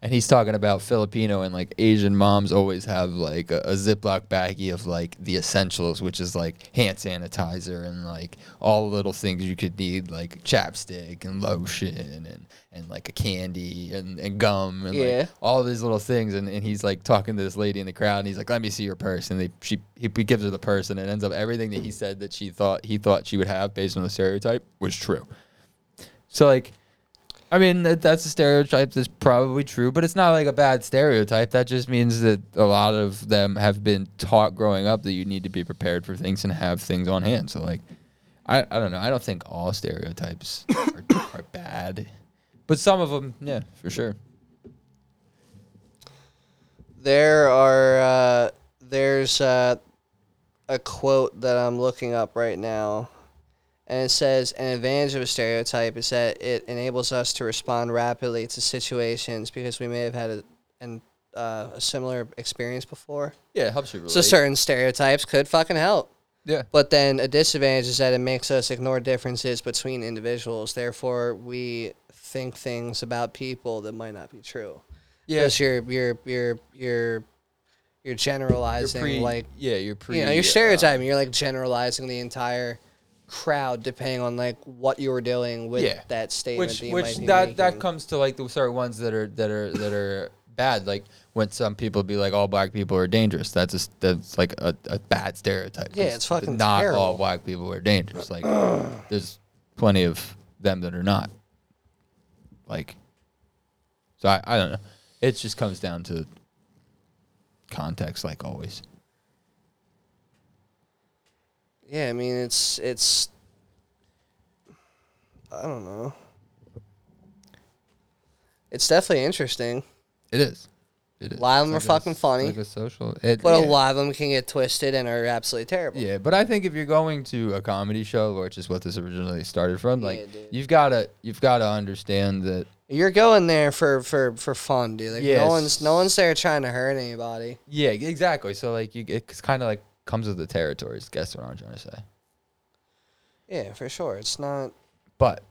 and he's talking about Filipino and like Asian moms always have like a, a Ziploc baggie of like the essentials, which is like hand sanitizer and like all the little things you could need, like chapstick and lotion and and like a candy and, and gum and
Yeah.
like all these little things and, and he's like talking to this lady in the crowd and he's like let me see your purse and they she he, he gives her the purse and it ends up everything that he said that she thought he thought she would have based on the stereotype was true so like i mean that, that's a stereotype that's probably true but it's not like a bad stereotype that just means that a lot of them have been taught growing up that you need to be prepared for things and have things on hand so like i, I don't know i don't think all stereotypes are, are bad but some of them yeah for sure
There are uh, there's uh, a quote that I'm looking up right now, and it says an advantage of a stereotype is that it enables us to respond rapidly to situations because we may have had a an, uh, a similar experience before.
yeah it helps you relate.
So certain stereotypes could fucking help.
Yeah.
But then a disadvantage is that it makes us ignore differences between individuals. Therefore, we think things about people that might not be true.
Yeah.
Because you're you're you're you're you're generalizing like
yeah, you're pre. uh,
you know you're stereotyping. you're like generalizing the entire crowd depending on like what you were doing with
Yeah.
that statement.
which
that you
which
might be
that that
making.
comes to like the certain ones that are that are that are bad. Like when some people be like all black people are dangerous. That's just that's like a, a bad stereotype.
Yeah,
'cause
it's fucking
not all
terrible.
black people are dangerous. Like there's plenty of them that are not. Like, so I, I don't know. It just comes down to context, like always.
Yeah, I mean it's it's I don't know. It's definitely interesting.
It is. It is.
A lot of them
It's
are
like a-
fucking funny.
Like a social. It,
But a
yeah.
lot of them can get twisted and are absolutely terrible.
Yeah, but I think if you're going to a comedy show, which is what this originally started from, like
Yeah, dude.
you've gotta you've gotta understand that.
You're going there for, for, for fun, dude. Like
Yes.
no one's no one's there trying to hurt anybody.
Yeah, e, exactly. So like you, it's kind of like comes with the territories. Guess what I'm trying to say.
Yeah, for sure. It's not
But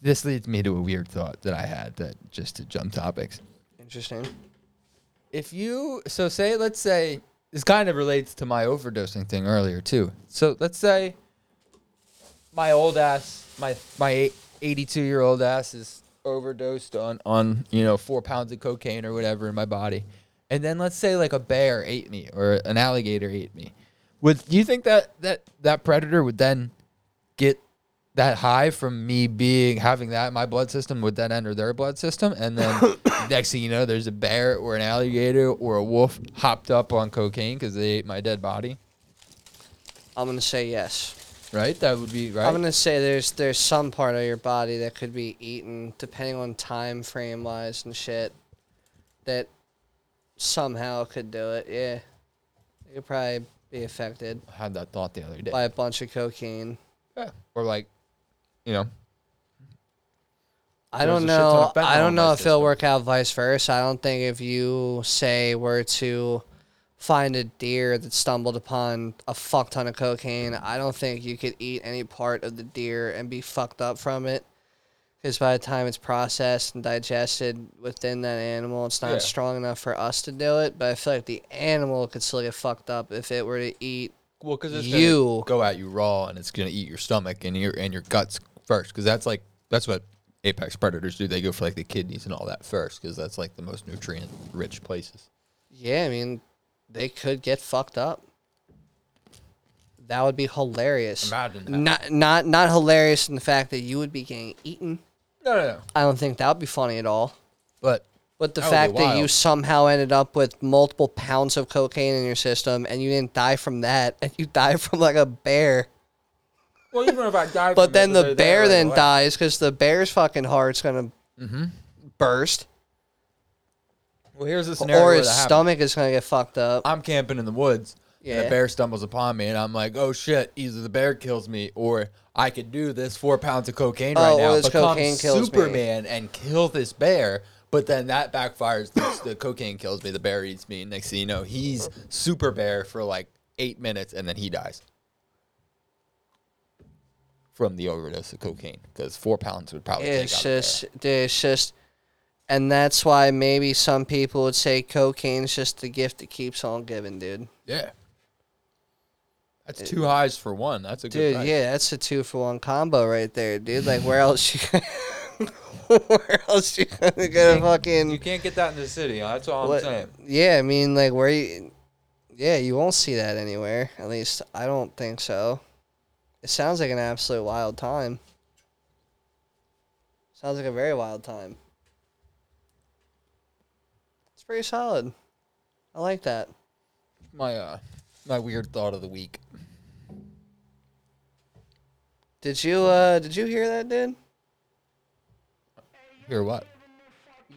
this leads me to a weird thought that I had that just to jump topics.
Interesting.
If you so say let's say this kind of relates to my overdosing thing earlier too. So let's say my old ass, my my 82 year old ass is overdosed on on you know four pounds of cocaine or whatever in my body, and then let's say like a bear ate me or an alligator ate me. Would you think that that that predator would then get that high from me being having that in my blood system would then enter their blood system and then next thing you know there's a bear or an alligator or a wolf hopped up on cocaine because they ate my dead body
I'm gonna say yes.
right that would be right
I'm gonna say there's there's some part of your body that could be eaten, depending on time frame wise and shit, that somehow could do it. Yeah, it could probably be affected
I had that thought the other day
by a bunch of cocaine.
Yeah. or like you know
I
There's
don't
a shit ton
know.
of fentanyl
I don't
in
know
my
if it'll
system.
work out vice versa. I don't think if you say were to find a deer that stumbled upon a fuck ton of cocaine, I don't think you could eat any part of the deer and be fucked up from it. Because by the time it's processed and digested within that animal, it's not
Yeah.
strong enough for us to do it. But I feel like the animal could still get fucked up if it were to eat.
well because
it's
it's
gonna You-
go at you raw and it's gonna eat your stomach and your and your guts first because that's like that's what apex predators do they go for like the kidneys and all that first because that's like the most nutrient rich places
Yeah, I mean, they could get fucked up. That would be hilarious.
imagine
not not not hilarious in the fact that you would be getting eaten.
no no no
I don't think that would be funny at all.
but
But the
That would be
fact that you
wild.
somehow ended up with multiple pounds of cocaine in your system and you didn't die from that, and you died from like a bear.
Well, even if I died,
But then the bear then dies because the bear's fucking heart's gonna
Mm-hmm.
burst,
Well, here's the scenario
or
where
his
that happened.
stomach is gonna get fucked up.
I'm camping in the woods, and
Yeah.
a bear stumbles upon me, and I'm like, "Oh shit! Either the bear kills me, or I could do this four pounds of cocaine
Oh,
right
or
now,
this
become
cocaine kills me."
Superman, and kill this bear." But then that backfires. The, the cocaine kills me. The bear eats me. And next thing you know, he's super bear for like eight minutes, and then he dies from the overdose of cocaine. Because four pounds would probably
It's
take out a bear.
just, it's just, and that's why maybe some people would say cocaine's just the gift that keeps on giving, dude.
Yeah. That's two highs for one. That's a good
Dude,
price.
yeah, that's a two for one combo right there, dude. Like, where else you? where else you gonna get a
You
fucking?
can't get that in the city. That's all
what-
I'm saying.
yeah, I mean, like, where you? Yeah, you won't see that anywhere. At least I don't think so. It sounds like an absolute wild time. Sounds like a very wild time. It's pretty solid. I like that.
My uh, my weird thought of the week.
Did you uh did you hear that, dude?
Hear what?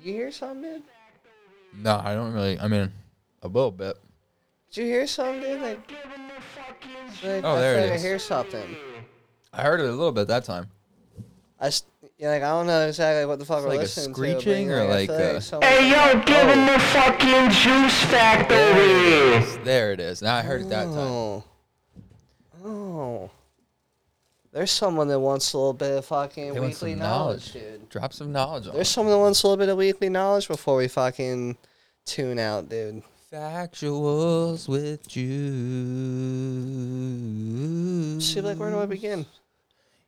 You hear something, dude?
No, I don't really. I mean, a little bit.
Did you hear something, dude? Like, it's like,
Oh,
I
there
feel
it
like I
is.
hear something.
I heard it a little bit that time.
I s- yeah, like I don't know exactly what the fuck we're
like a
listening
screeching
to.
or
but,
like
I feel
a-
someone- Oh,
There it is. Now I heard it that time.
oh, oh. There's someone that wants a little bit of fucking
They want
weekly
some
knowledge,
knowledge.
dude.
Drop some knowledge on.
There's
There's
someone that wants a little bit of weekly knowledge before we fucking tune out, dude.
factuals with you.
She's like, where do I begin?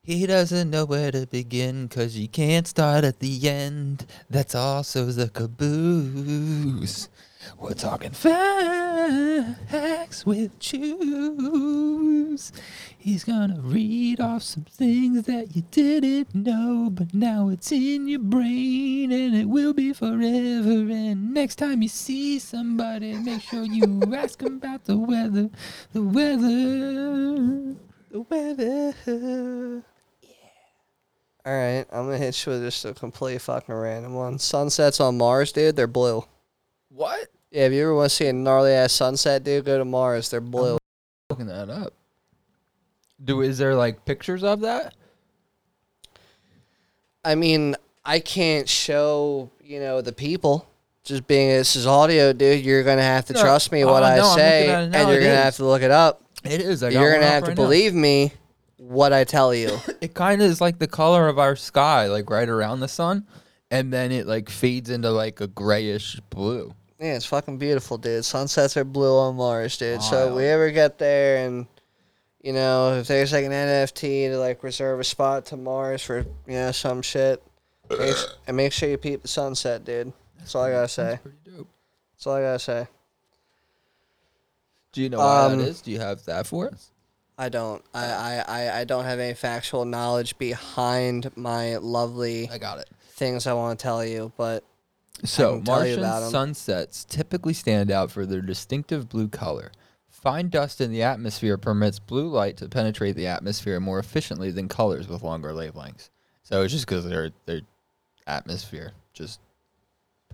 He doesn't know where to begin because you can't start at the end. That's also the caboose. We're talking facts with Jews. He's gonna read off some things that you didn't know, but now it's in your brain and it will be forever. And next time you see somebody, make sure you ask 'em about the weather. The weather. The weather.
All right, I'm gonna hit you with just a complete fucking random one. Sunsets on Mars, dude, they're blue.
What?
Yeah, if you ever want to see a gnarly ass sunset, dude, go to Mars. They're blue.
looking that up. Do is there like pictures of that?
I mean, I can't show you know the people. Just being this is audio, dude. You're gonna have to
No,
trust me
oh,
what
no, I'm
I
looking
say,
at it
and
now,
you're
it
gonna
is.
have to look it up.
It is. I got
You're
one
gonna
up
have to
right now.
believe me what I tell you.
It kind of is like the color of our sky, like right around the sun, and then it like fades into like a grayish blue.
Yeah, it's fucking beautiful, dude. Sunsets are blue on Mars, dude. So
Wild.
if we ever get there and you know, if there's like an NFT to like reserve a spot to Mars for you know some shit, make, and make sure you peep the sunset, dude. That's all I gotta say.
Pretty dope.
That's all I gotta say.
Do you know why
Um,
that is? Do you have that for us?
I don't. I, I, I, I don't have any factual knowledge behind my lovely
I got it.
things I want to tell you, but
So
can tell you
Martian
about 'em.
sunsets typically stand out for their distinctive blue color. Fine dust in the atmosphere permits blue light to penetrate the atmosphere more efficiently than colors with longer wavelengths. So it's just because their their atmosphere just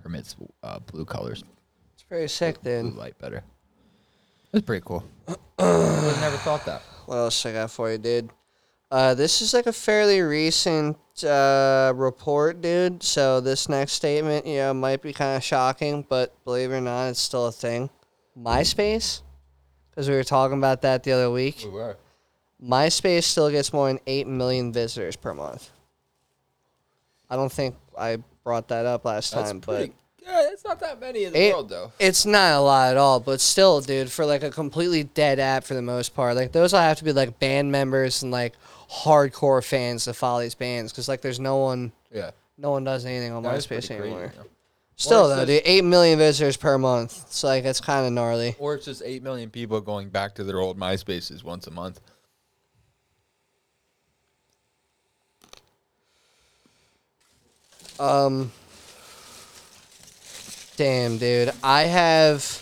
permits uh, blue colors,
it's pretty sick,
blue
dude.
light better. That's pretty cool. I never thought that.
What else I got for you, dude? Uh, this is like a fairly recent uh, report, dude. So this next statement, you know, might be kind of shocking, but believe it or not, it's still a thing. MySpace, because we were talking about that the other week.
were.
MySpace still gets more than 8 million visitors per month. I don't think I brought that up last
That's
time,
pretty.
but
Yeah, it's not that many in the
Eight-
world though.
it's not a lot at all. But still, dude, for like a completely dead app for the most part, like those all have to be like band members and like hardcore fans to follow these bands because like there's no one,
Yeah,
no one does anything on
That is
MySpace
pretty crazy,
anymore.
though.
Still
Well, it
though,
says-
dude, 8 million visitors per month. It's like it's kind of gnarly.
Or it's just eight million people going back to their old MySpaces once a month.
Um, damn, dude. I have.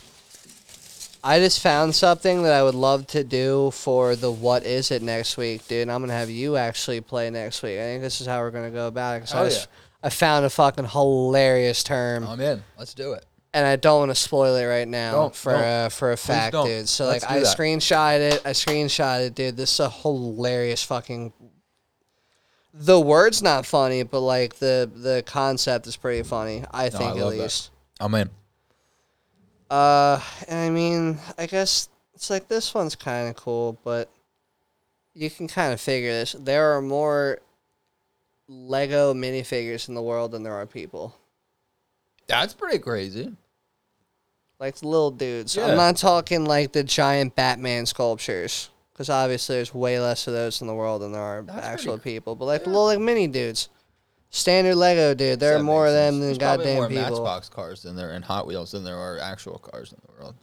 I just found something that I would love to do for the what is it next week, dude. And I'm gonna have you actually play next week. I think this is how we're gonna go about it. 'cause
Oh,
I, just-
yeah. Oh,
I found a fucking hilarious term,
I'm in. Let's do it.
and I don't want to spoil it right now
Don't,
for
don't.
Uh, for a fact,
don't.
dude. So
Let's
like,
do
I
that.
screenshot it. I screenshot it, dude. This is a hilarious fucking. The word's not funny, but like the the concept is pretty funny. I
No, I
think at
love that.
least.
I'm in.
Uh, and I mean, I guess it's like this one's kind of cool, but you can kind of figure this. There are more Lego minifigures in the world than there are people.
That's pretty crazy.
Like the little dudes.
Yeah.
I'm not talking like the giant Batman sculptures, because obviously there's way less of those in the world than there are
That's pretty
actual people. But like the little like mini dudes, standard Lego dude. There are
That
more
makes
of them
sense.
than
There's probably
goddamn
more
people.
Matchbox cars than there and Hot Wheels than there are actual cars in the world.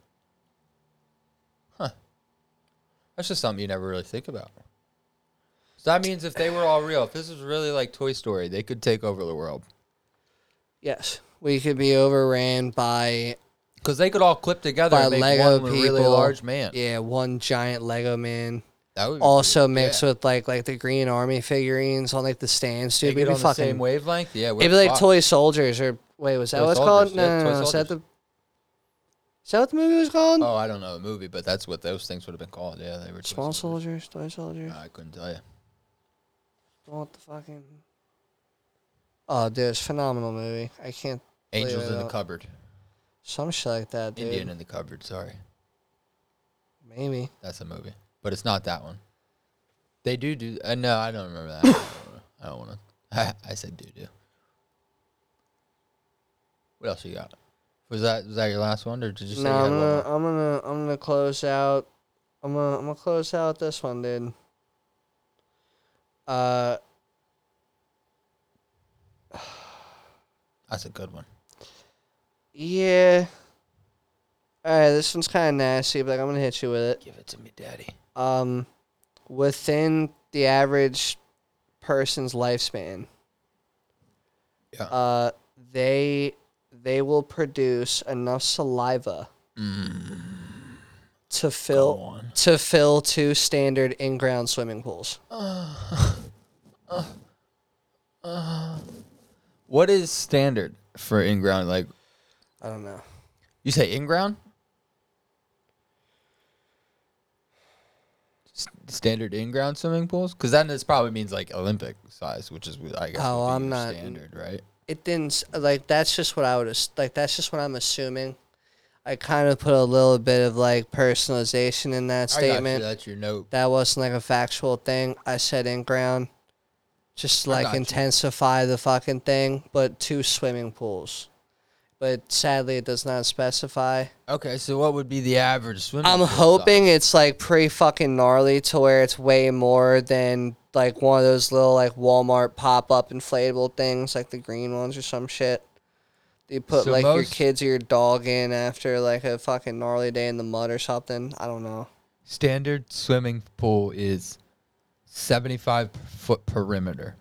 Huh. That's just something you never really think about. So that means if they were all real, if this was really like Toy Story, they could take over the world
Yes, we could be overran by
because they could all clip together
by
and make
Lego
one
people.
really large man.
Yeah, one giant Lego man.
That would be
Also
pretty-
mixed
yeah.
with like like the Green Army figurines on like the stands, dude.
They
It'd
get
be
on the
fucking.
same wavelength. Yeah, we're
it'd be like
fucked.
toy soldiers or wait, was that
Toy
what it's
soldiers,
called? No,
yeah,
no,
toy
no, no, Is that the?
soldiers.
Is that what the movie was called?
Oh, I don't know the movie, but that's what those things would have been called. Yeah, they were toy
Small
soldiers.
soldiers, toy soldiers.
I couldn't tell you.
Don't want the fucking. Oh, dude, it's a phenomenal movie. I can't. believe
Angels
I
in the
don't-
cupboard.
Some shit like that, dude.
Indian in the cupboard. Sorry,
Maybe.
that's a movie, but it's not that one. They do do. Uh, no, I don't remember that. I don't wanna- I don't want to. I said do do. What else you got? Was that was that your last one, or did you say
No,
you had
I'm
one
gonna,
more?
I'm gonna, I'm gonna close out. I'm gonna, I'm gonna close out this one, dude. Uh,
That's a good one.
yeah. All right, this one's kind of nasty, but like, I'm gonna hit you with it.
Give it to me, daddy.
Um, within the average person's lifespan,
Yeah.
uh, they they will produce enough saliva to
Mm. Go
fill
on.
to fill two standard in-ground swimming pools.
What is standard for in ground? Like
I don't know.
you say, in ground. Standard in-ground swimming pools, because then this probably means like Olympic size, which is I guess.
Oh,
would be
I'm
your
not-
standard, right?
It didn't s- like that's just what I would as- like that's just what I'm assuming. I kind of put a little bit of like personalization in that statement.
That's your note.
That wasn't like a factual thing. I said in ground. Just to,
I
like
got you.
intensify the fucking thing, but two swimming pools. But sadly, it does not specify.
Okay, so what would be the average swimming?
I'm
pool
hoping
size?
it's like pretty fucking gnarly to where it's way more than like one of those little like Walmart pop up inflatable things, like the green ones or some shit. You put
So
like your
most-
kids or your dog in after like a fucking gnarly day in the mud or something. I don't know.
standard swimming pool is 75 foot perimeter.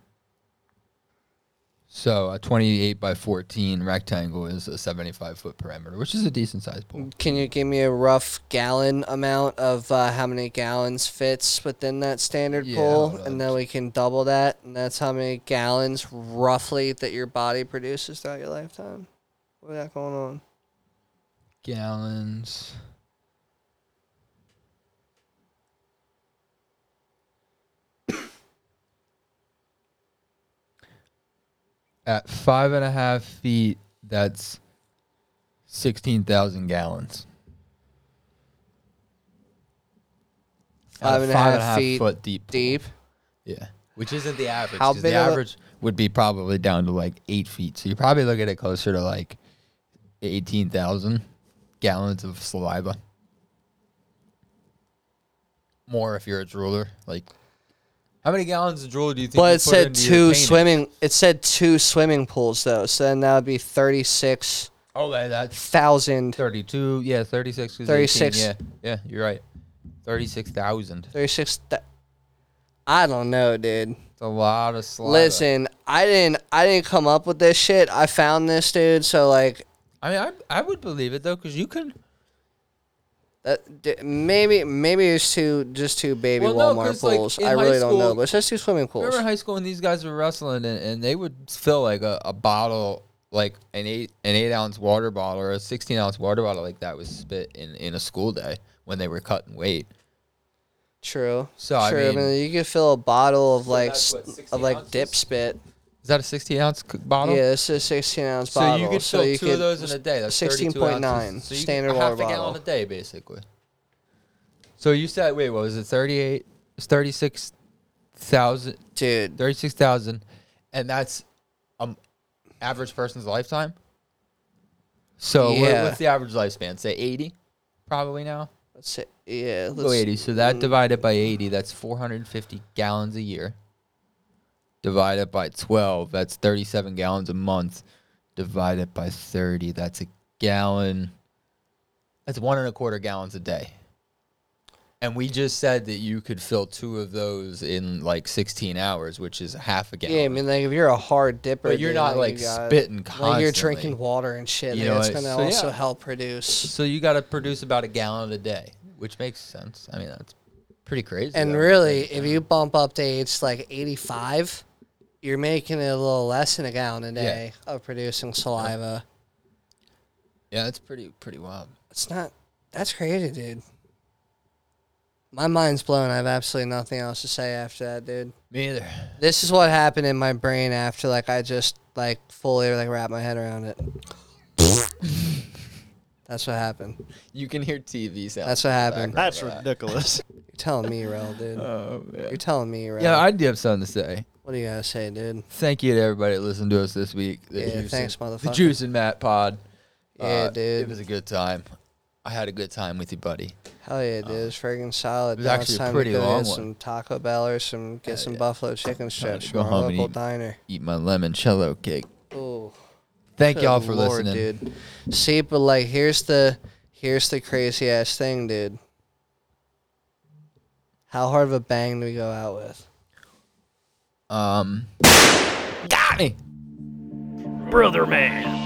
So a 28 by 14 rectangle is a 75 foot perimeter, which is a decent sized pool.
Can you give me a rough gallon amount of uh, how many gallons fits within that standard
Yeah,
pool?
hold on.
And then we can double that. And that's how many gallons roughly that your body produces throughout your lifetime. What we got going on?
Gallons. At five and a half feet, that's 16,000 gallons. At
Five and a half feet
foot deep. pool.
Deep.
Yeah. Which isn't the average.
How
'cause
big
the
of a-
average would be probably down to like eight feet. So you probably look at it closer to like eighteen thousand gallons of saliva. More if you're a drooler. Like how many gallons of drool do you think?
But
you
it
put
said
into your
two
penis?
swimming. It said two swimming pools though, so then that would be thirty six
Oh that- that's
thousand.
thirty two, yeah, thirty six
36.
yeah. Yeah, you're right. Thirty six thousand.
Thirty six. Th- I don't know, dude.
It's a lot of saliva.
Listen, I didn't. I didn't come up with this shit. I found this, dude. So like,
I mean I I would believe it though, because you can
that, Uh, d- maybe maybe it's two just two baby
Well, no,
Walmart
'cause, like,
pools.
in
I
high
really don't know,
school-
but it's just two swimming pools.
Remember in high school when these guys were wrestling and, and they would fill like a, a bottle, like an eight an eight ounce water bottle or a sixteen ounce water bottle like that was spit in, in a school day when they were cutting weight.
True.
So, I
True.
mean-
you could fill a bottle of like
that's
s
what, 16
of like
ounces?
dip spit.
Is that a sixteen ounce c- bottle?
Yeah, this is a sixteen ounce
So
bottle.
you could fill two of those in a day. That's
sixteen
32 ounces.
point nine
So you could-
standard
half
water
a
bottle.
gallon a day, basically. So you said, wait, what was it? Thirty eight, thirty six thousand,
Dude,
thirty six thousand, and that's um average person's lifetime. So what-
Yeah.
what's the average lifespan? Say eighty, probably now.
let's say, yeah,
Go
let's, mm.
eighty. So that divided by eighty, that's four hundred and fifty gallons a year. Divided by twelve, that's thirty-seven gallons a month. Divided by thirty, that's a gallon. That's one and a quarter gallons a day. And we just said that you could fill two of those in like sixteen hours, which is half a gallon.
yeah. I mean, like if you're a hard dipper,
But you're
dude,
not, like,
you got-
spitting
Like you're
constantly.
drinking water and shit.
You
like,
know,
that's
it's-
gonna
so, yeah.
also help produce.
so you got to produce about a gallon a day, which makes sense. I mean, that's pretty crazy.
And
though. uh,
really, if you bump up to age like 85, you're making it a little less than a gallon a day of producing saliva.
yeah, that's pretty pretty wild.
It's not. That's crazy, dude. My mind's blown. I have absolutely nothing else to say after that, dude.
Me either.
This is what happened in my brain after like I just like fully like wrapped my head around it. That's what happened.
You can hear TV sounds.
That's what happened.
That's ridiculous.
You're telling me, Rel, dude. You're telling me, Rel.
Uh, Yeah, I do have something to say.
what do you gotta say, dude?
Thank you to everybody that listened to us this week. The
Yeah,
Juice
thanks,
and- The
motherfucker.
Juice and Matt Pod. Uh,
Yeah,
It
dude.
was a good time. I had a good time with you, buddy.
Hell yeah, dude. It's friggin' solid.
Uh, was
Now
actually
it's
a
time
pretty
to go
long
get
one.
some Taco Bell or some get some buffalo chicken strips
go
from our
home and
local
eat.
diner.
Eat my lemon cello cake.
Ooh.
Thank
Good
y'all for
lord,
listening.
dude. See, but like, here's the here's the crazy ass thing, dude. How hard of a bang do we go out with?
Um, got me.
Brother Man.